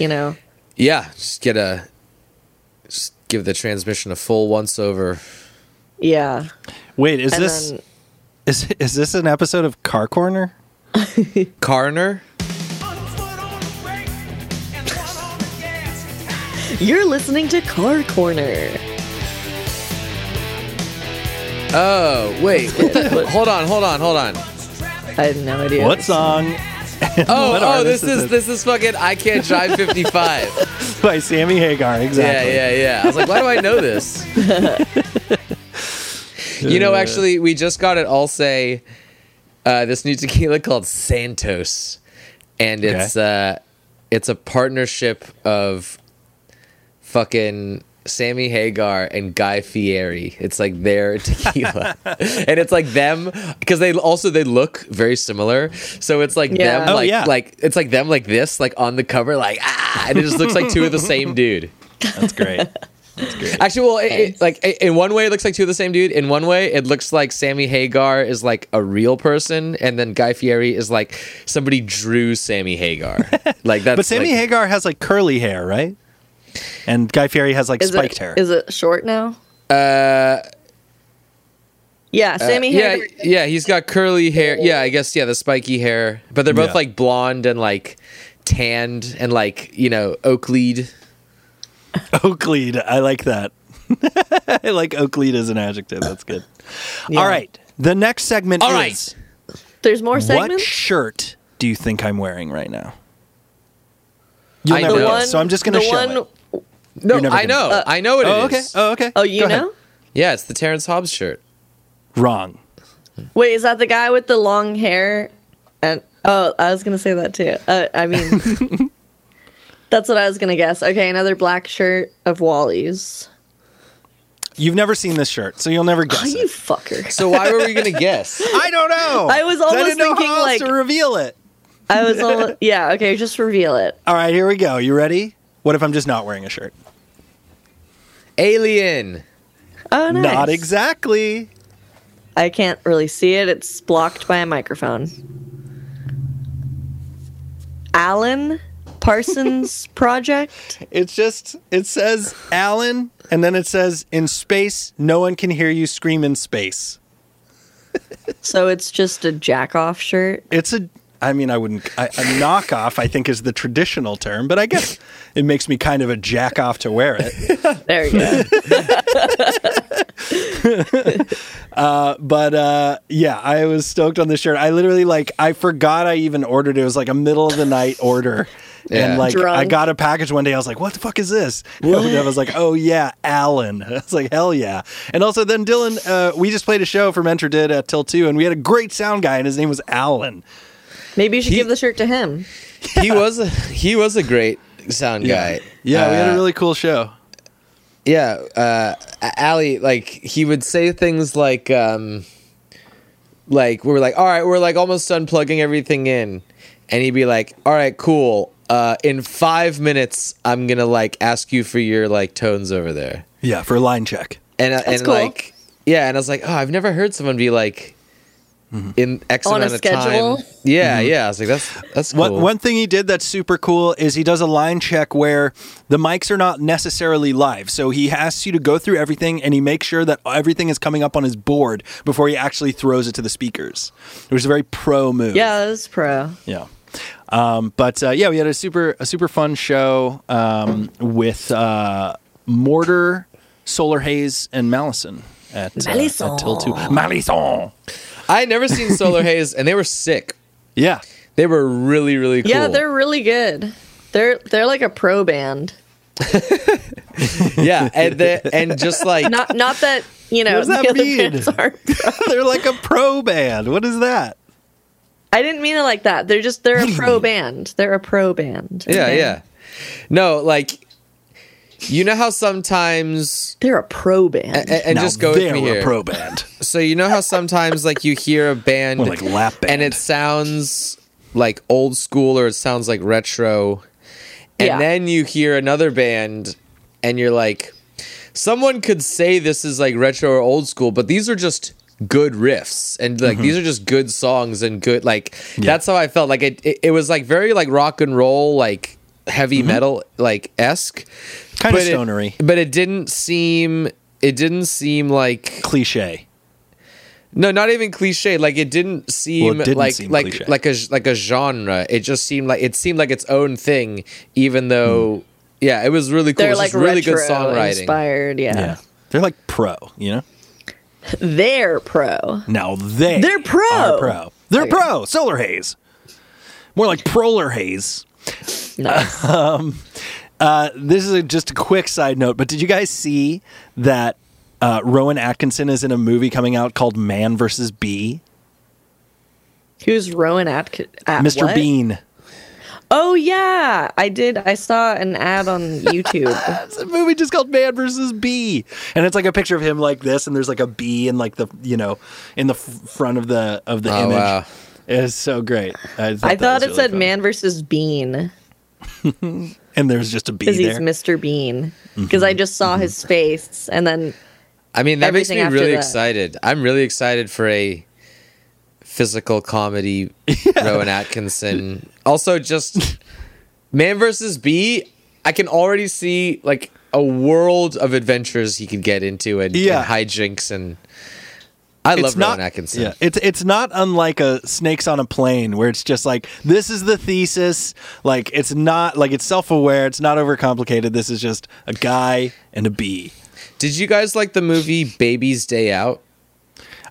You know,
Yeah, just get a, just give the transmission a full once over.
yeah.
Wait, is
And
this
then-
is is this an episode of Car Corner?
Coroner.
You're listening to Car Corner.
Oh wait,
[LAUGHS]
what the- hold on, hold on, hold on.
I have no idea.
What song?
Oh,
What
oh,
artist
this is
it?
this is fucking. I can't drive 55.
by Sammy Hagar. Exactly.
Yeah, yeah, yeah. I was like, why do I know this? you know, actually, we just got at All Say uh, this new tequila called Santos, and it's uh, it's a partnership of fucking Sammy Hagar and Guy Fieri. It's like
[LAUGHS]
their [LAUGHS] tequila, and it's like them because they also they look very similar. So it's like
Yeah.
them,
Oh,
like
yeah.
like it's like them like this, like on the cover, like ah, and it just looks like two of
[LAUGHS]
the same dude.
That's great.
Actually, well, it, it, like i- in one way, it looks like two of the same dude. In one way, it looks like Sammy Hagar is like a real person, and then Guy Fieri is like somebody drew Sammy
[LAUGHS]
Hagar. Like that's.
But Sammy
like,
Hagar has like curly hair, right? And Guy Fieri has like
is
spiked
it?
hair.
Is it short now? Uh. Yeah, Sammy.
Yeah,
Hagar-
yeah, he's got curly hair.
Oh.
Yeah, I guess yeah, the spiky hair. But they're both
Yeah.
like blonde and like tanned and like you know oakleyd.
Oakleyd. I like that. [LAUGHS] I like Oakleyd as an adjective. That's good. All right. The next segment
All right.
is
There's more
what
segments.
shirt do you think I'm wearing right now? You'll
I
never
know.
know.
The
so I'm just going to
the
show
one-
it.
No,
You're never
I
gonna-
know, I know what
Oh,
it
okay.
is.
Oh, okay.
Oh, you
Go ahead.
know?
Yeah, it's the Terrence Hobbs shirt.
Wrong.
Wait, is that the guy with the long hair? And oh, I was gonna say that too. Uh, I mean,
[LAUGHS]
that's what I was gonna guess. Okay, another black shirt of Wally's.
You've never seen this shirt, so you'll never
Oh,
guess.
you
it.
fucker!
So why were we
[LAUGHS]
gonna guess?
I don't know.
I was
'Cause
almost
didn't know
thinking,
how else
like-
to reveal it.
I was
[LAUGHS]
all yeah. Okay, just reveal it.
All right, here we go. You ready? What if I'm just not wearing a shirt?
Alien.
Oh, nice.
Not exactly.
I can't really see it. It's blocked by a microphone. Alan
[LAUGHS]
Parsons Project.
It's just it says Alan, and then it says in space. No one can hear you scream in space.
So it's just a jack off shirt.
It's a. I mean, I wouldn't. I, a knockoff, I think, is the traditional term, but I guess it makes me kind of a jack off to wear it.
There
[LAUGHS]
you go.
But uh, yeah, I was stoked on the shirt. I literally like I forgot I even ordered it. It was like a middle of the night order.
Yeah.
And like I
Drunk.
got a package one day, I was like, "What the fuck is this?" And I was like, "Oh yeah, Alan." [LAUGHS] I was like, "Hell yeah!" And also, then Dylan, uh, we just played a show for Mentor did at Till Two, and we had a great sound guy, and his name was Alan.
Maybe you should give the shirt to him.
he was a, he was a great sound guy.
Yeah, we had a
Uh,
really cool show.
yeah. Uh, A- Ali, like he would say things like, um, like we were like, all right, we're like almost done plugging everything in, and he'd be like, all right, cool. Uh, in five minutes, I'm gonna like ask you for your like tones over there,
Yeah, for a line check.
and uh,
That's
and
cool.
like yeah, and I was like, oh, I've never heard someone be like in X
On a
amount of time.
schedule?
Yeah, yeah. I was like, that's that's cool.
One, one thing he did that's super cool is he does a line check where the mics are not necessarily live. So he asks you to go through everything and he makes sure that everything is coming up on his board before he actually throws it to the speakers. It was a very pro move.
Yeah, that was pro.
Yeah. Um, but uh, yeah, we had a super a super fun show um, with uh, Mortar, Solar Haze, and Malison at, uh,
Malison.
at Till Two. Malison.
I had never seen Solar Haze, and they were sick.
Yeah. [LAUGHS]
They were really, really cool.
Yeah, they're really good. They're they're like a pro band.
yeah, and the, and just like
Not not that you know
What does that
the other
mean?
bands aren't.
They're like a pro band. What is that?
I didn't mean it like that. They're just they're a pro band. They're a pro band.
yeah,
Okay?
yeah. No, like you know how sometimes
They're a pro band.
and, and
Now
just go with
they're
me
a
here.
pro band.
So you know how sometimes like you hear a band
More like lap band.
and it sounds like old school or it sounds like retro. And
Yeah.
then you hear another band and you're like someone could say this is like retro or old school, but these are just good riffs and like
Mm-hmm.
these are just good songs and good like that's how I felt like it, it it was like very like rock and roll like heavy metal like esque
Kind of
But it-
Mm-hmm. stonery.
but it didn't seem it didn't seem like
Cliche.
no, not even cliche. Like it didn't seem
Well, it didn't
like
seem
like
cliche.
like a like a genre. It just seemed like it seemed like its own thing. Even
Hmm.
though, yeah, it was really cool.
they're
It was
like
just really
retro
good songwriting.
inspired. Yeah.
Yeah. They're like pro, you know?
they're pro.
Now they
They're pro.
are pro. They're pro. Solar haze. More like proler haze.
Nice.
Uh, this is a, just a quick side note, but did you guys see that uh, Rowan Atkinson is in a movie coming out called Man versus Bee?
Who's Rowan Atkin? At
Mr.
Uh, what?
Bean.
Oh yeah, I did. I saw an ad on YouTube.
It's a movie just called Man versus Bee, and it's like a picture of him like this, and there's like a bee in like the you know in the f- front of the of the
Oh,
image.
wow.
It's so great. I thought,
I
that
thought
was
it
really
said
funny.
man versus bean
and there's just a bee
because he's
there.
Mr. Bean. Because I just saw his face and then
I mean, that makes
Everything
me
after
really
that.
excited. I'm really excited for a
[LAUGHS]
physical comedy Rowan Atkinson. Also, just man versus bee. I can already see like a world of adventures he could get into and,
Yeah.
and hijinks and. I love Rowan Atkinson.
Yeah, it's it's not unlike a Snakes on a Plane where it's just like this is the thesis. Like it's not like it's self aware. It's not overcomplicated. This is just a guy and a bee.
Did you guys like the movie Baby's Day Out?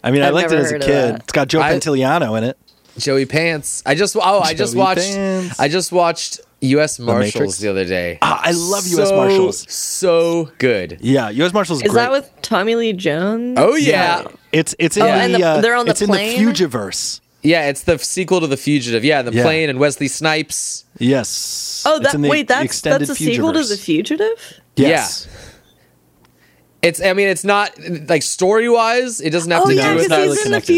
I mean, i
I've
liked it
never
as a
heard of
kid.
that.
It's got Joe
I-
Pantoliano in it.
Joey Pants. I just oh, I just
Joey
watched
Pants.
I just watched U.S. Marshals
Matrix?
the other day.
Ah, I love U.S.
So,
Marshals.
So good.
Yeah, U.S. Marshals.
is
great.
that with Tommy Lee Jones?
Oh yeah,
It's it's in
Oh,
the,
and the-
uh,
they're on the
it's
plane?
in the Fugiverse.
yeah. It's the sequel to The Fugitive. Yeah, the
Yeah.
plane and Wesley Snipes.
Yes.
Oh,
It's
that
in the
wait, that's
extended
that's a sequel to
Fugiverse.
The Fugitive.
Yes.
It's. I mean, it's not like story wise. It doesn't have
Oh
to
yeah,
do with
it's not
because
really
that.
he's in The
connected.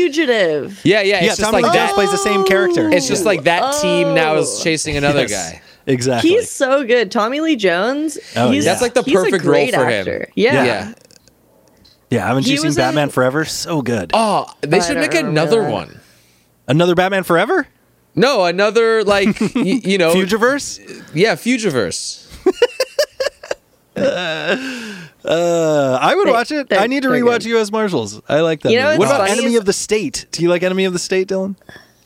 Fugitive.
Yeah, yeah. It's
Yeah,
just
Tommy
like
Lee Jones
that.
plays the same character.
It's just like that team now is
Oh.
chasing another
Yes,
guy.
Exactly.
He's so good, Tommy Lee Jones.
Oh,
he's,
yeah.
That's like the
he's a
perfect role
great
for
actor.
him.
Yeah.
yeah.
yeah, haven't
he
you seen
was in-
Batman Forever? So good.
Oh, they
I
should
don't
make
remember
another
that.
one.
Another Batman Forever?
No, another like y- you
Oh,
know,
Fugiverse?
yeah, Fugiverse.
Uh, I would
They-
watch it.
they're-
I need to
they're
rewatch
good.
U.S. Marshals. I like that.
You know
movie. what
what's
about
funny
Enemy
is-
of the State? Do you like Enemy of the State, Dylan?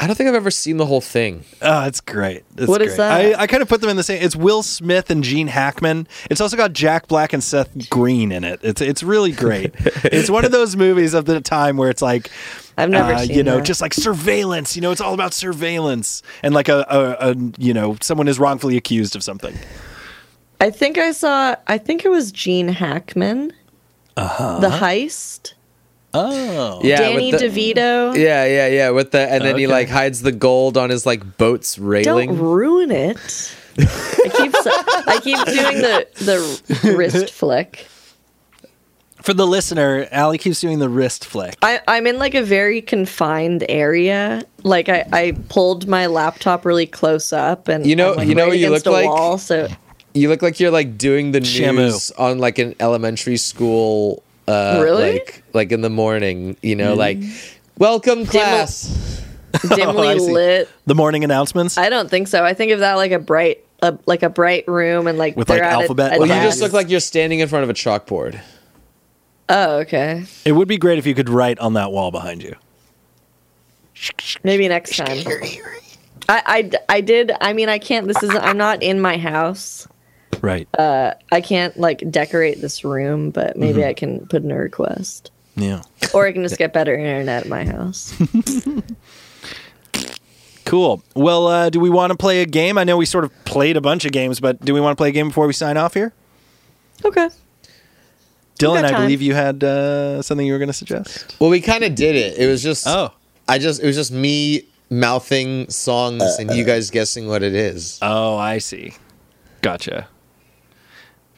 I don't think I've ever seen the whole thing.
Oh, it's great. It's
What
great.
is that?
I, I kind of put them in the same. It's Will Smith and Gene Hackman. It's also got Jack Black and Seth Green in it. It's it's really [LAUGHS] great. it's one of those movies of the time where it's like, uh,
I've never seen
you know,
that.
just like surveillance. You know, it's all about surveillance and like a, a, a you know someone is wrongfully accused of something.
I think I saw. I think it was Gene Hackman. Uh-huh. The heist.
Oh,
Yeah,
Danny
with the,
DeVito.
Yeah, yeah, yeah. With the and then he
Okay.
like hides the gold on his like boat's railing.
Don't ruin it. I
[LAUGHS]
keep s- I keep doing the the wrist flick.
for the listener, Allie keeps doing the wrist flick.
I, I'm in like a very confined area. Like I, I pulled my laptop really close up, and
You know-
I'm, like,
you know
right
what you
against
look
a
like?
Wall, so
[LAUGHS] you look like you're like doing the
Shamu.
news on like an elementary school Uh,
Really? Mm.
Like, like in the morning, you know, like, welcome class. Oh,
dimly
I see.
lit.
The morning announcements.
I don't think so. I think of that like a bright, a, like a bright room, and like
With,
they're
like,
at a-
alphabet
a
Well,
Well, you just
desk.
look like you're standing in front of a chalkboard.
Oh, okay.
it would be great if you could write on that wall behind you.
Maybe next time. I, I, I did. I mean, I can't. This is. I'm not in my house.
Right.
I can't like decorate this room, but maybe I can put in a request,
Mm-hmm. yeah.
or I can just get better internet at my
[LAUGHS]
house.
Cool. Well, uh, do we want to play a game? I know we sort of played a bunch of games, but do we want to play a game before we sign off here?
okay.
Dylan,
got
I
time.
believe you had uh, something you were going to suggest.
Well, we kind of did it. It was just,
Oh.
I just, it was just me mouthing songs and you guys guessing what it is.
Oh, I see. Gotcha.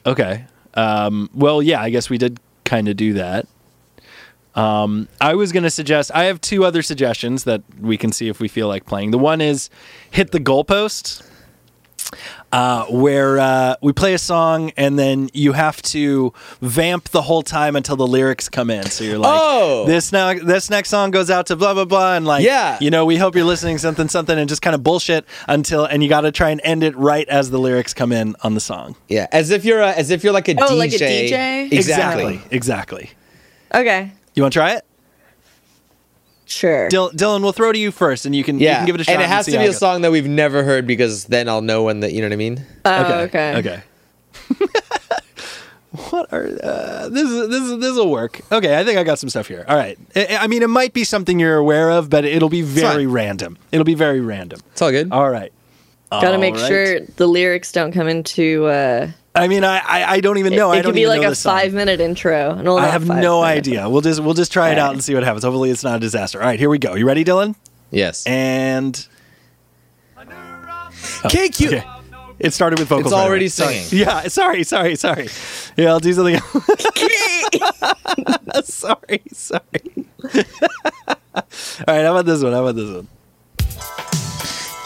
Okay. Um, well, yeah, I guess we did kind of do that. Um, I was going to suggest, I have two other suggestions that we can see if we feel like playing. The one is hit the goalpost, uh, where uh, we play a song and then you have to vamp the whole time until the lyrics come in. So you're like,
Oh!
this, now, this next song goes out to blah, blah, blah. And like,
Yeah.
you know, we hope you're listening something, something, and just kind of bullshit until, and you got to try and end it right as the lyrics come in on the song.
Yeah, as if you're a, as if you're like a
Oh,
DJ.
like a DJ?
Exactly.
Exactly. exactly.
Okay.
You want to try it?
Sure.
Dylan, Dylan, we'll throw to you first, and you can, you
Yeah,
can give it a shot.
and it has
see
to
how
be a
goes.
song that we've never heard because then I'll know when that you know what I mean.
Oh,
[LAUGHS]
okay.
Okay. what are uh, this? Is, this is, this will work. Okay, I think I got some stuff here. All right. I, I mean, it might be something you're aware of, but it'll be very
fine.
random. It'll be very random.
It's all good.
All right.
Gotta
All
make
right.
sure the lyrics don't come into. uh
I mean, I I, I don't even know.
it,
I
it
don't
could be
even
like
know
a
this song.
five-minute intro. No,
I
not
have
five
no
minutes.
idea. We'll just we'll just try it
All
out
right.
and see what happens. Hopefully, it's not a disaster. All right, here we go. You ready, Dylan?
Yes.
And Oh,
KQ.
okay. it started with vocals.
It's
by the
already
way. Sorry.
singing.
Yeah, sorry, sorry, sorry. Yeah, I'll do something. else. [LAUGHS] sorry, sorry. [LAUGHS] All right, how about this one? How about this one?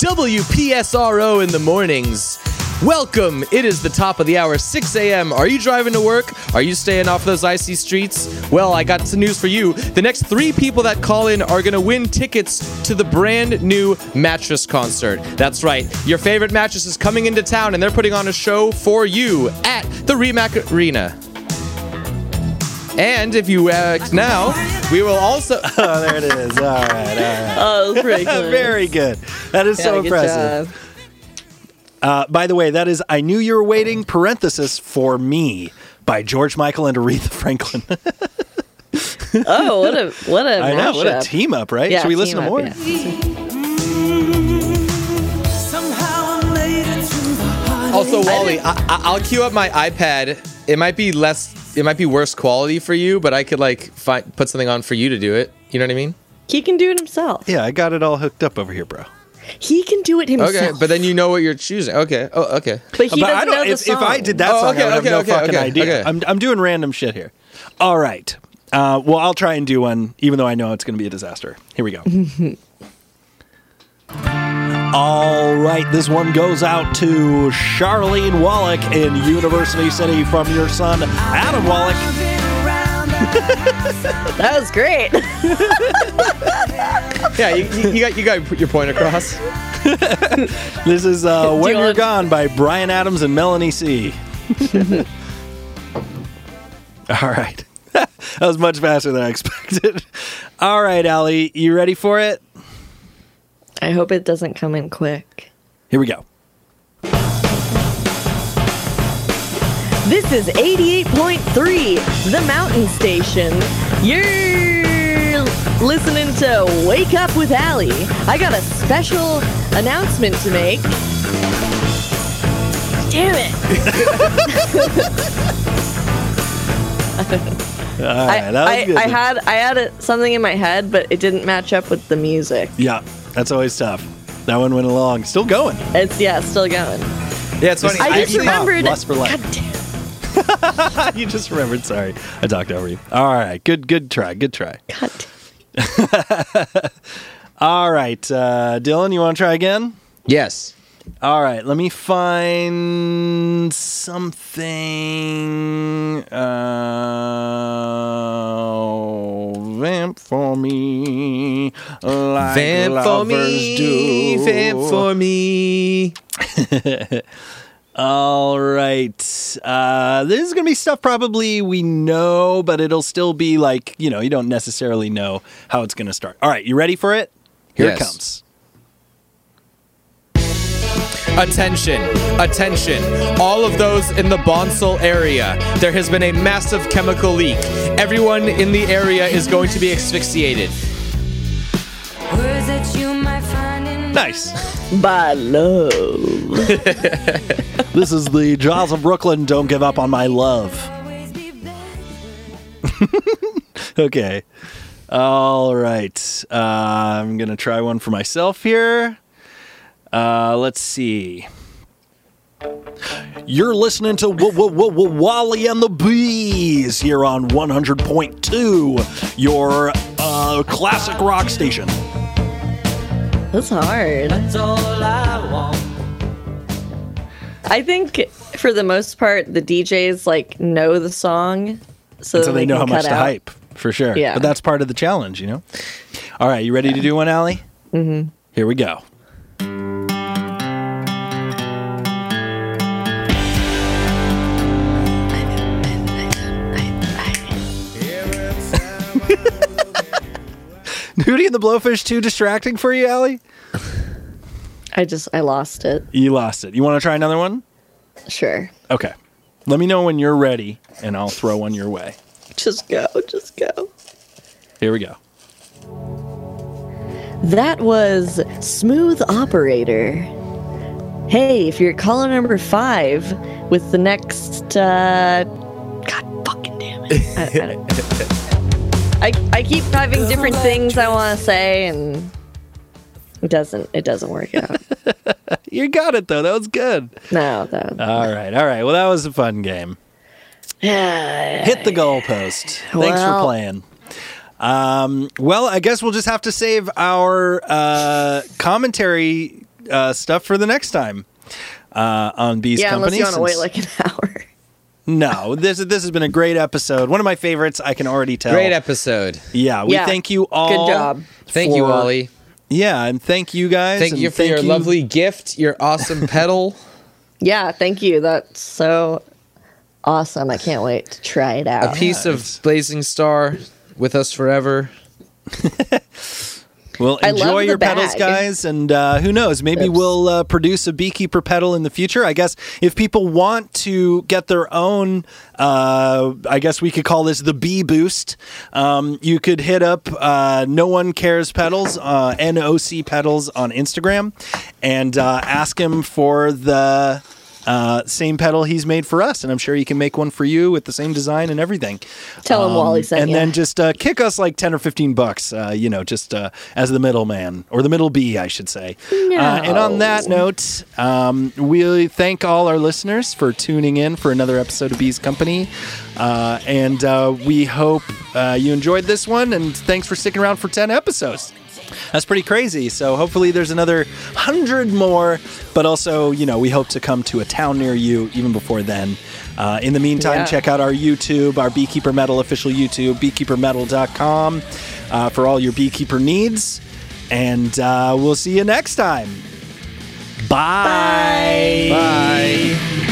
WPSRO in the mornings. Welcome. It is the top of the hour, 6 a.m. Are you driving to work? Are you staying off those icy streets? Well, I got some news for you. The next three people that call in are going to win tickets to the brand new mattress concert. That's right. Your favorite mattress is coming into town and they're putting on a show for you at the Remac Arena. And if you act now, we will also.
Oh, there it is. All right, all right.
Oh, that was pretty
[LAUGHS]
good.
Very good. That is
Yeah,
so
good
impressive.
job.
Uh, by the way, that is "I Knew You Were
Oh.
Waiting" parenthesis for me by George Michael and Aretha Franklin. [LAUGHS]
Oh, what a what a
I know what a
mashup.
team up, right?
Yeah,
Should we listen to
team up,
more?
yeah.
Also, Wally, I, I, I'll queue up my iPad. It might be less, it might be worse quality for you, but I could like fi- put something on for you to do it. You know what I mean?
He can do it himself.
Yeah, I got it all hooked up over here, bro.
He can do it himself.
Okay, but then you know what you're choosing. Okay. Oh, okay.
But he
but
doesn't
I
know
don't.
the
If,
song.
if I did that
Oh,
song,
okay,
I would
okay,
have
okay,
no fucking
okay,
idea.
okay.
I'm I'm doing random shit here. All right. Uh, well, I'll try and do one, even though I know it's going to be a disaster. Here
[LAUGHS]
we go. All right, this one goes out to Charlene Wallach in University City from your son Adam Wallach.
that was great. [LAUGHS]
Yeah, you, you, you got you got your point across.
This is uh, When
you
You're
want-
Gone by Brian Adams and Melanie C. [LAUGHS] All right. [LAUGHS] that was much faster than I expected. [LAUGHS] All right, Allie, you ready for it?
I hope it doesn't come in quick.
Here we go.
This is 88.3, the mountain station. You're listening to Wake Up with Allie. I got a special announcement to make. Damn it.
All right,
I,
that was
I-
good.
I had I had a, something in my head, but it didn't match up with the music.
yeah, that's always tough. That one went along. Still going. [LAUGHS]
It's yeah, it's still going.
Yeah, it's funny.
I
I
just
keep up,
remembered.
lust for life.
God damn.
you just remembered. Sorry, I talked over you. All right, good, good try, good try.
God damn.
All right, uh, Dylan, you want to try again?
yes.
All right, let me find something. Uh,
Vamp for me,
lovers do.
vamp for me.
All right. Uh, this is going to be stuff probably we know, but it'll still be like, you know, you don't necessarily know how it's going to start. All right. You ready for it? Here
Yes.
it comes.
Attention, attention, all of those in the Bonsall area. There has been a massive chemical leak. Everyone in the area is going to be asphyxiated.
Words that you might find in
Nice.
By love.
this is the Jaws of Brooklyn. Don't give up on my love.
always be better.
[LAUGHS] Okay. All right. Uh, I'm going to try one for myself here. Uh, let's see. You're listening to w- w- w- w- Wally and the Bees here on 100.2, your uh, classic rock station.
That's hard. That's all I want. I think for the most part, the DJs like know the song, so,
so
that
they know
can
how much
cut
to
out.
hype for sure.
Yeah.
But that's part of the challenge, you know. All right, you ready to do one, Allie? Mm-hmm. Here we go. [LAUGHS] Nudie and the Blowfish too distracting for you, Allie?
I just I lost it.
You lost it. You want to try another one?
Sure,
Okay. Let me know when you're ready, and I'll throw one your way.
just go, just go.
Here we go.
That was Smooth Operator. Hey, if you're caller number five with the next, uh, God fucking damn it. I, I, don't- I, I keep having different things I want to say and it doesn't, it doesn't work out.
You got it though. That was good.
No, that,
All right, all right. Well, that was a fun game.
[SIGHS] yeah.
Hit the goalpost. Thanks for
Well-
playing. Um, well, I guess we'll just have to save our uh, commentary uh, stuff for the next time uh, on Bees
yeah, unless
Company.
you want to wait
since-
like an [LAUGHS] hour.
no, this this has been a great episode. One of my favorites. I can already tell.
Great episode.
Yeah, we
Yeah.
thank you all.
job.
Thank you,
for-
Ollie.
Yeah, and thank you guys.
Thank
and
you for your lovely gift, your [LAUGHS] awesome pedal.
Yeah, thank you. That's so awesome. I can't wait to try it
A
out.
piece of Blazing Star with us forever.
Well,
I love
enjoy
the
your pedals,
bag.
guys, and uh, who knows? Maybe
Oops.
we'll uh, produce a beekeeper pedal in the future. I guess if people want to get their own, uh, I guess we could call this the Bee Boost. Um, you could hit up uh, No One Cares Pedals, uh, NOC Pedals on Instagram, and uh, ask him for the. Uh, same pedal he's made for us, and I'm sure he can make one for you with the same design and everything Um,
Tell him Wally sent
and
ya.
then just uh, kick us like 10 or 15 bucks uh, you know just uh, as the middleman or the middle b i should say uh, and on that note um, we thank all our listeners for tuning in for another episode of bees company uh, and uh, we hope uh, you enjoyed this one and thanks for sticking around for 10 episodes that's pretty crazy. So hopefully there's another hundred more, but also you know we hope to come to a town near you even before then. Uh, in the meantime,
Yeah.
check out our YouTube, our Beekeeper Metal official YouTube, beekeepermetal.com, uh, for all your beekeeper needs. And uh, we'll see you next time. Bye. Bye.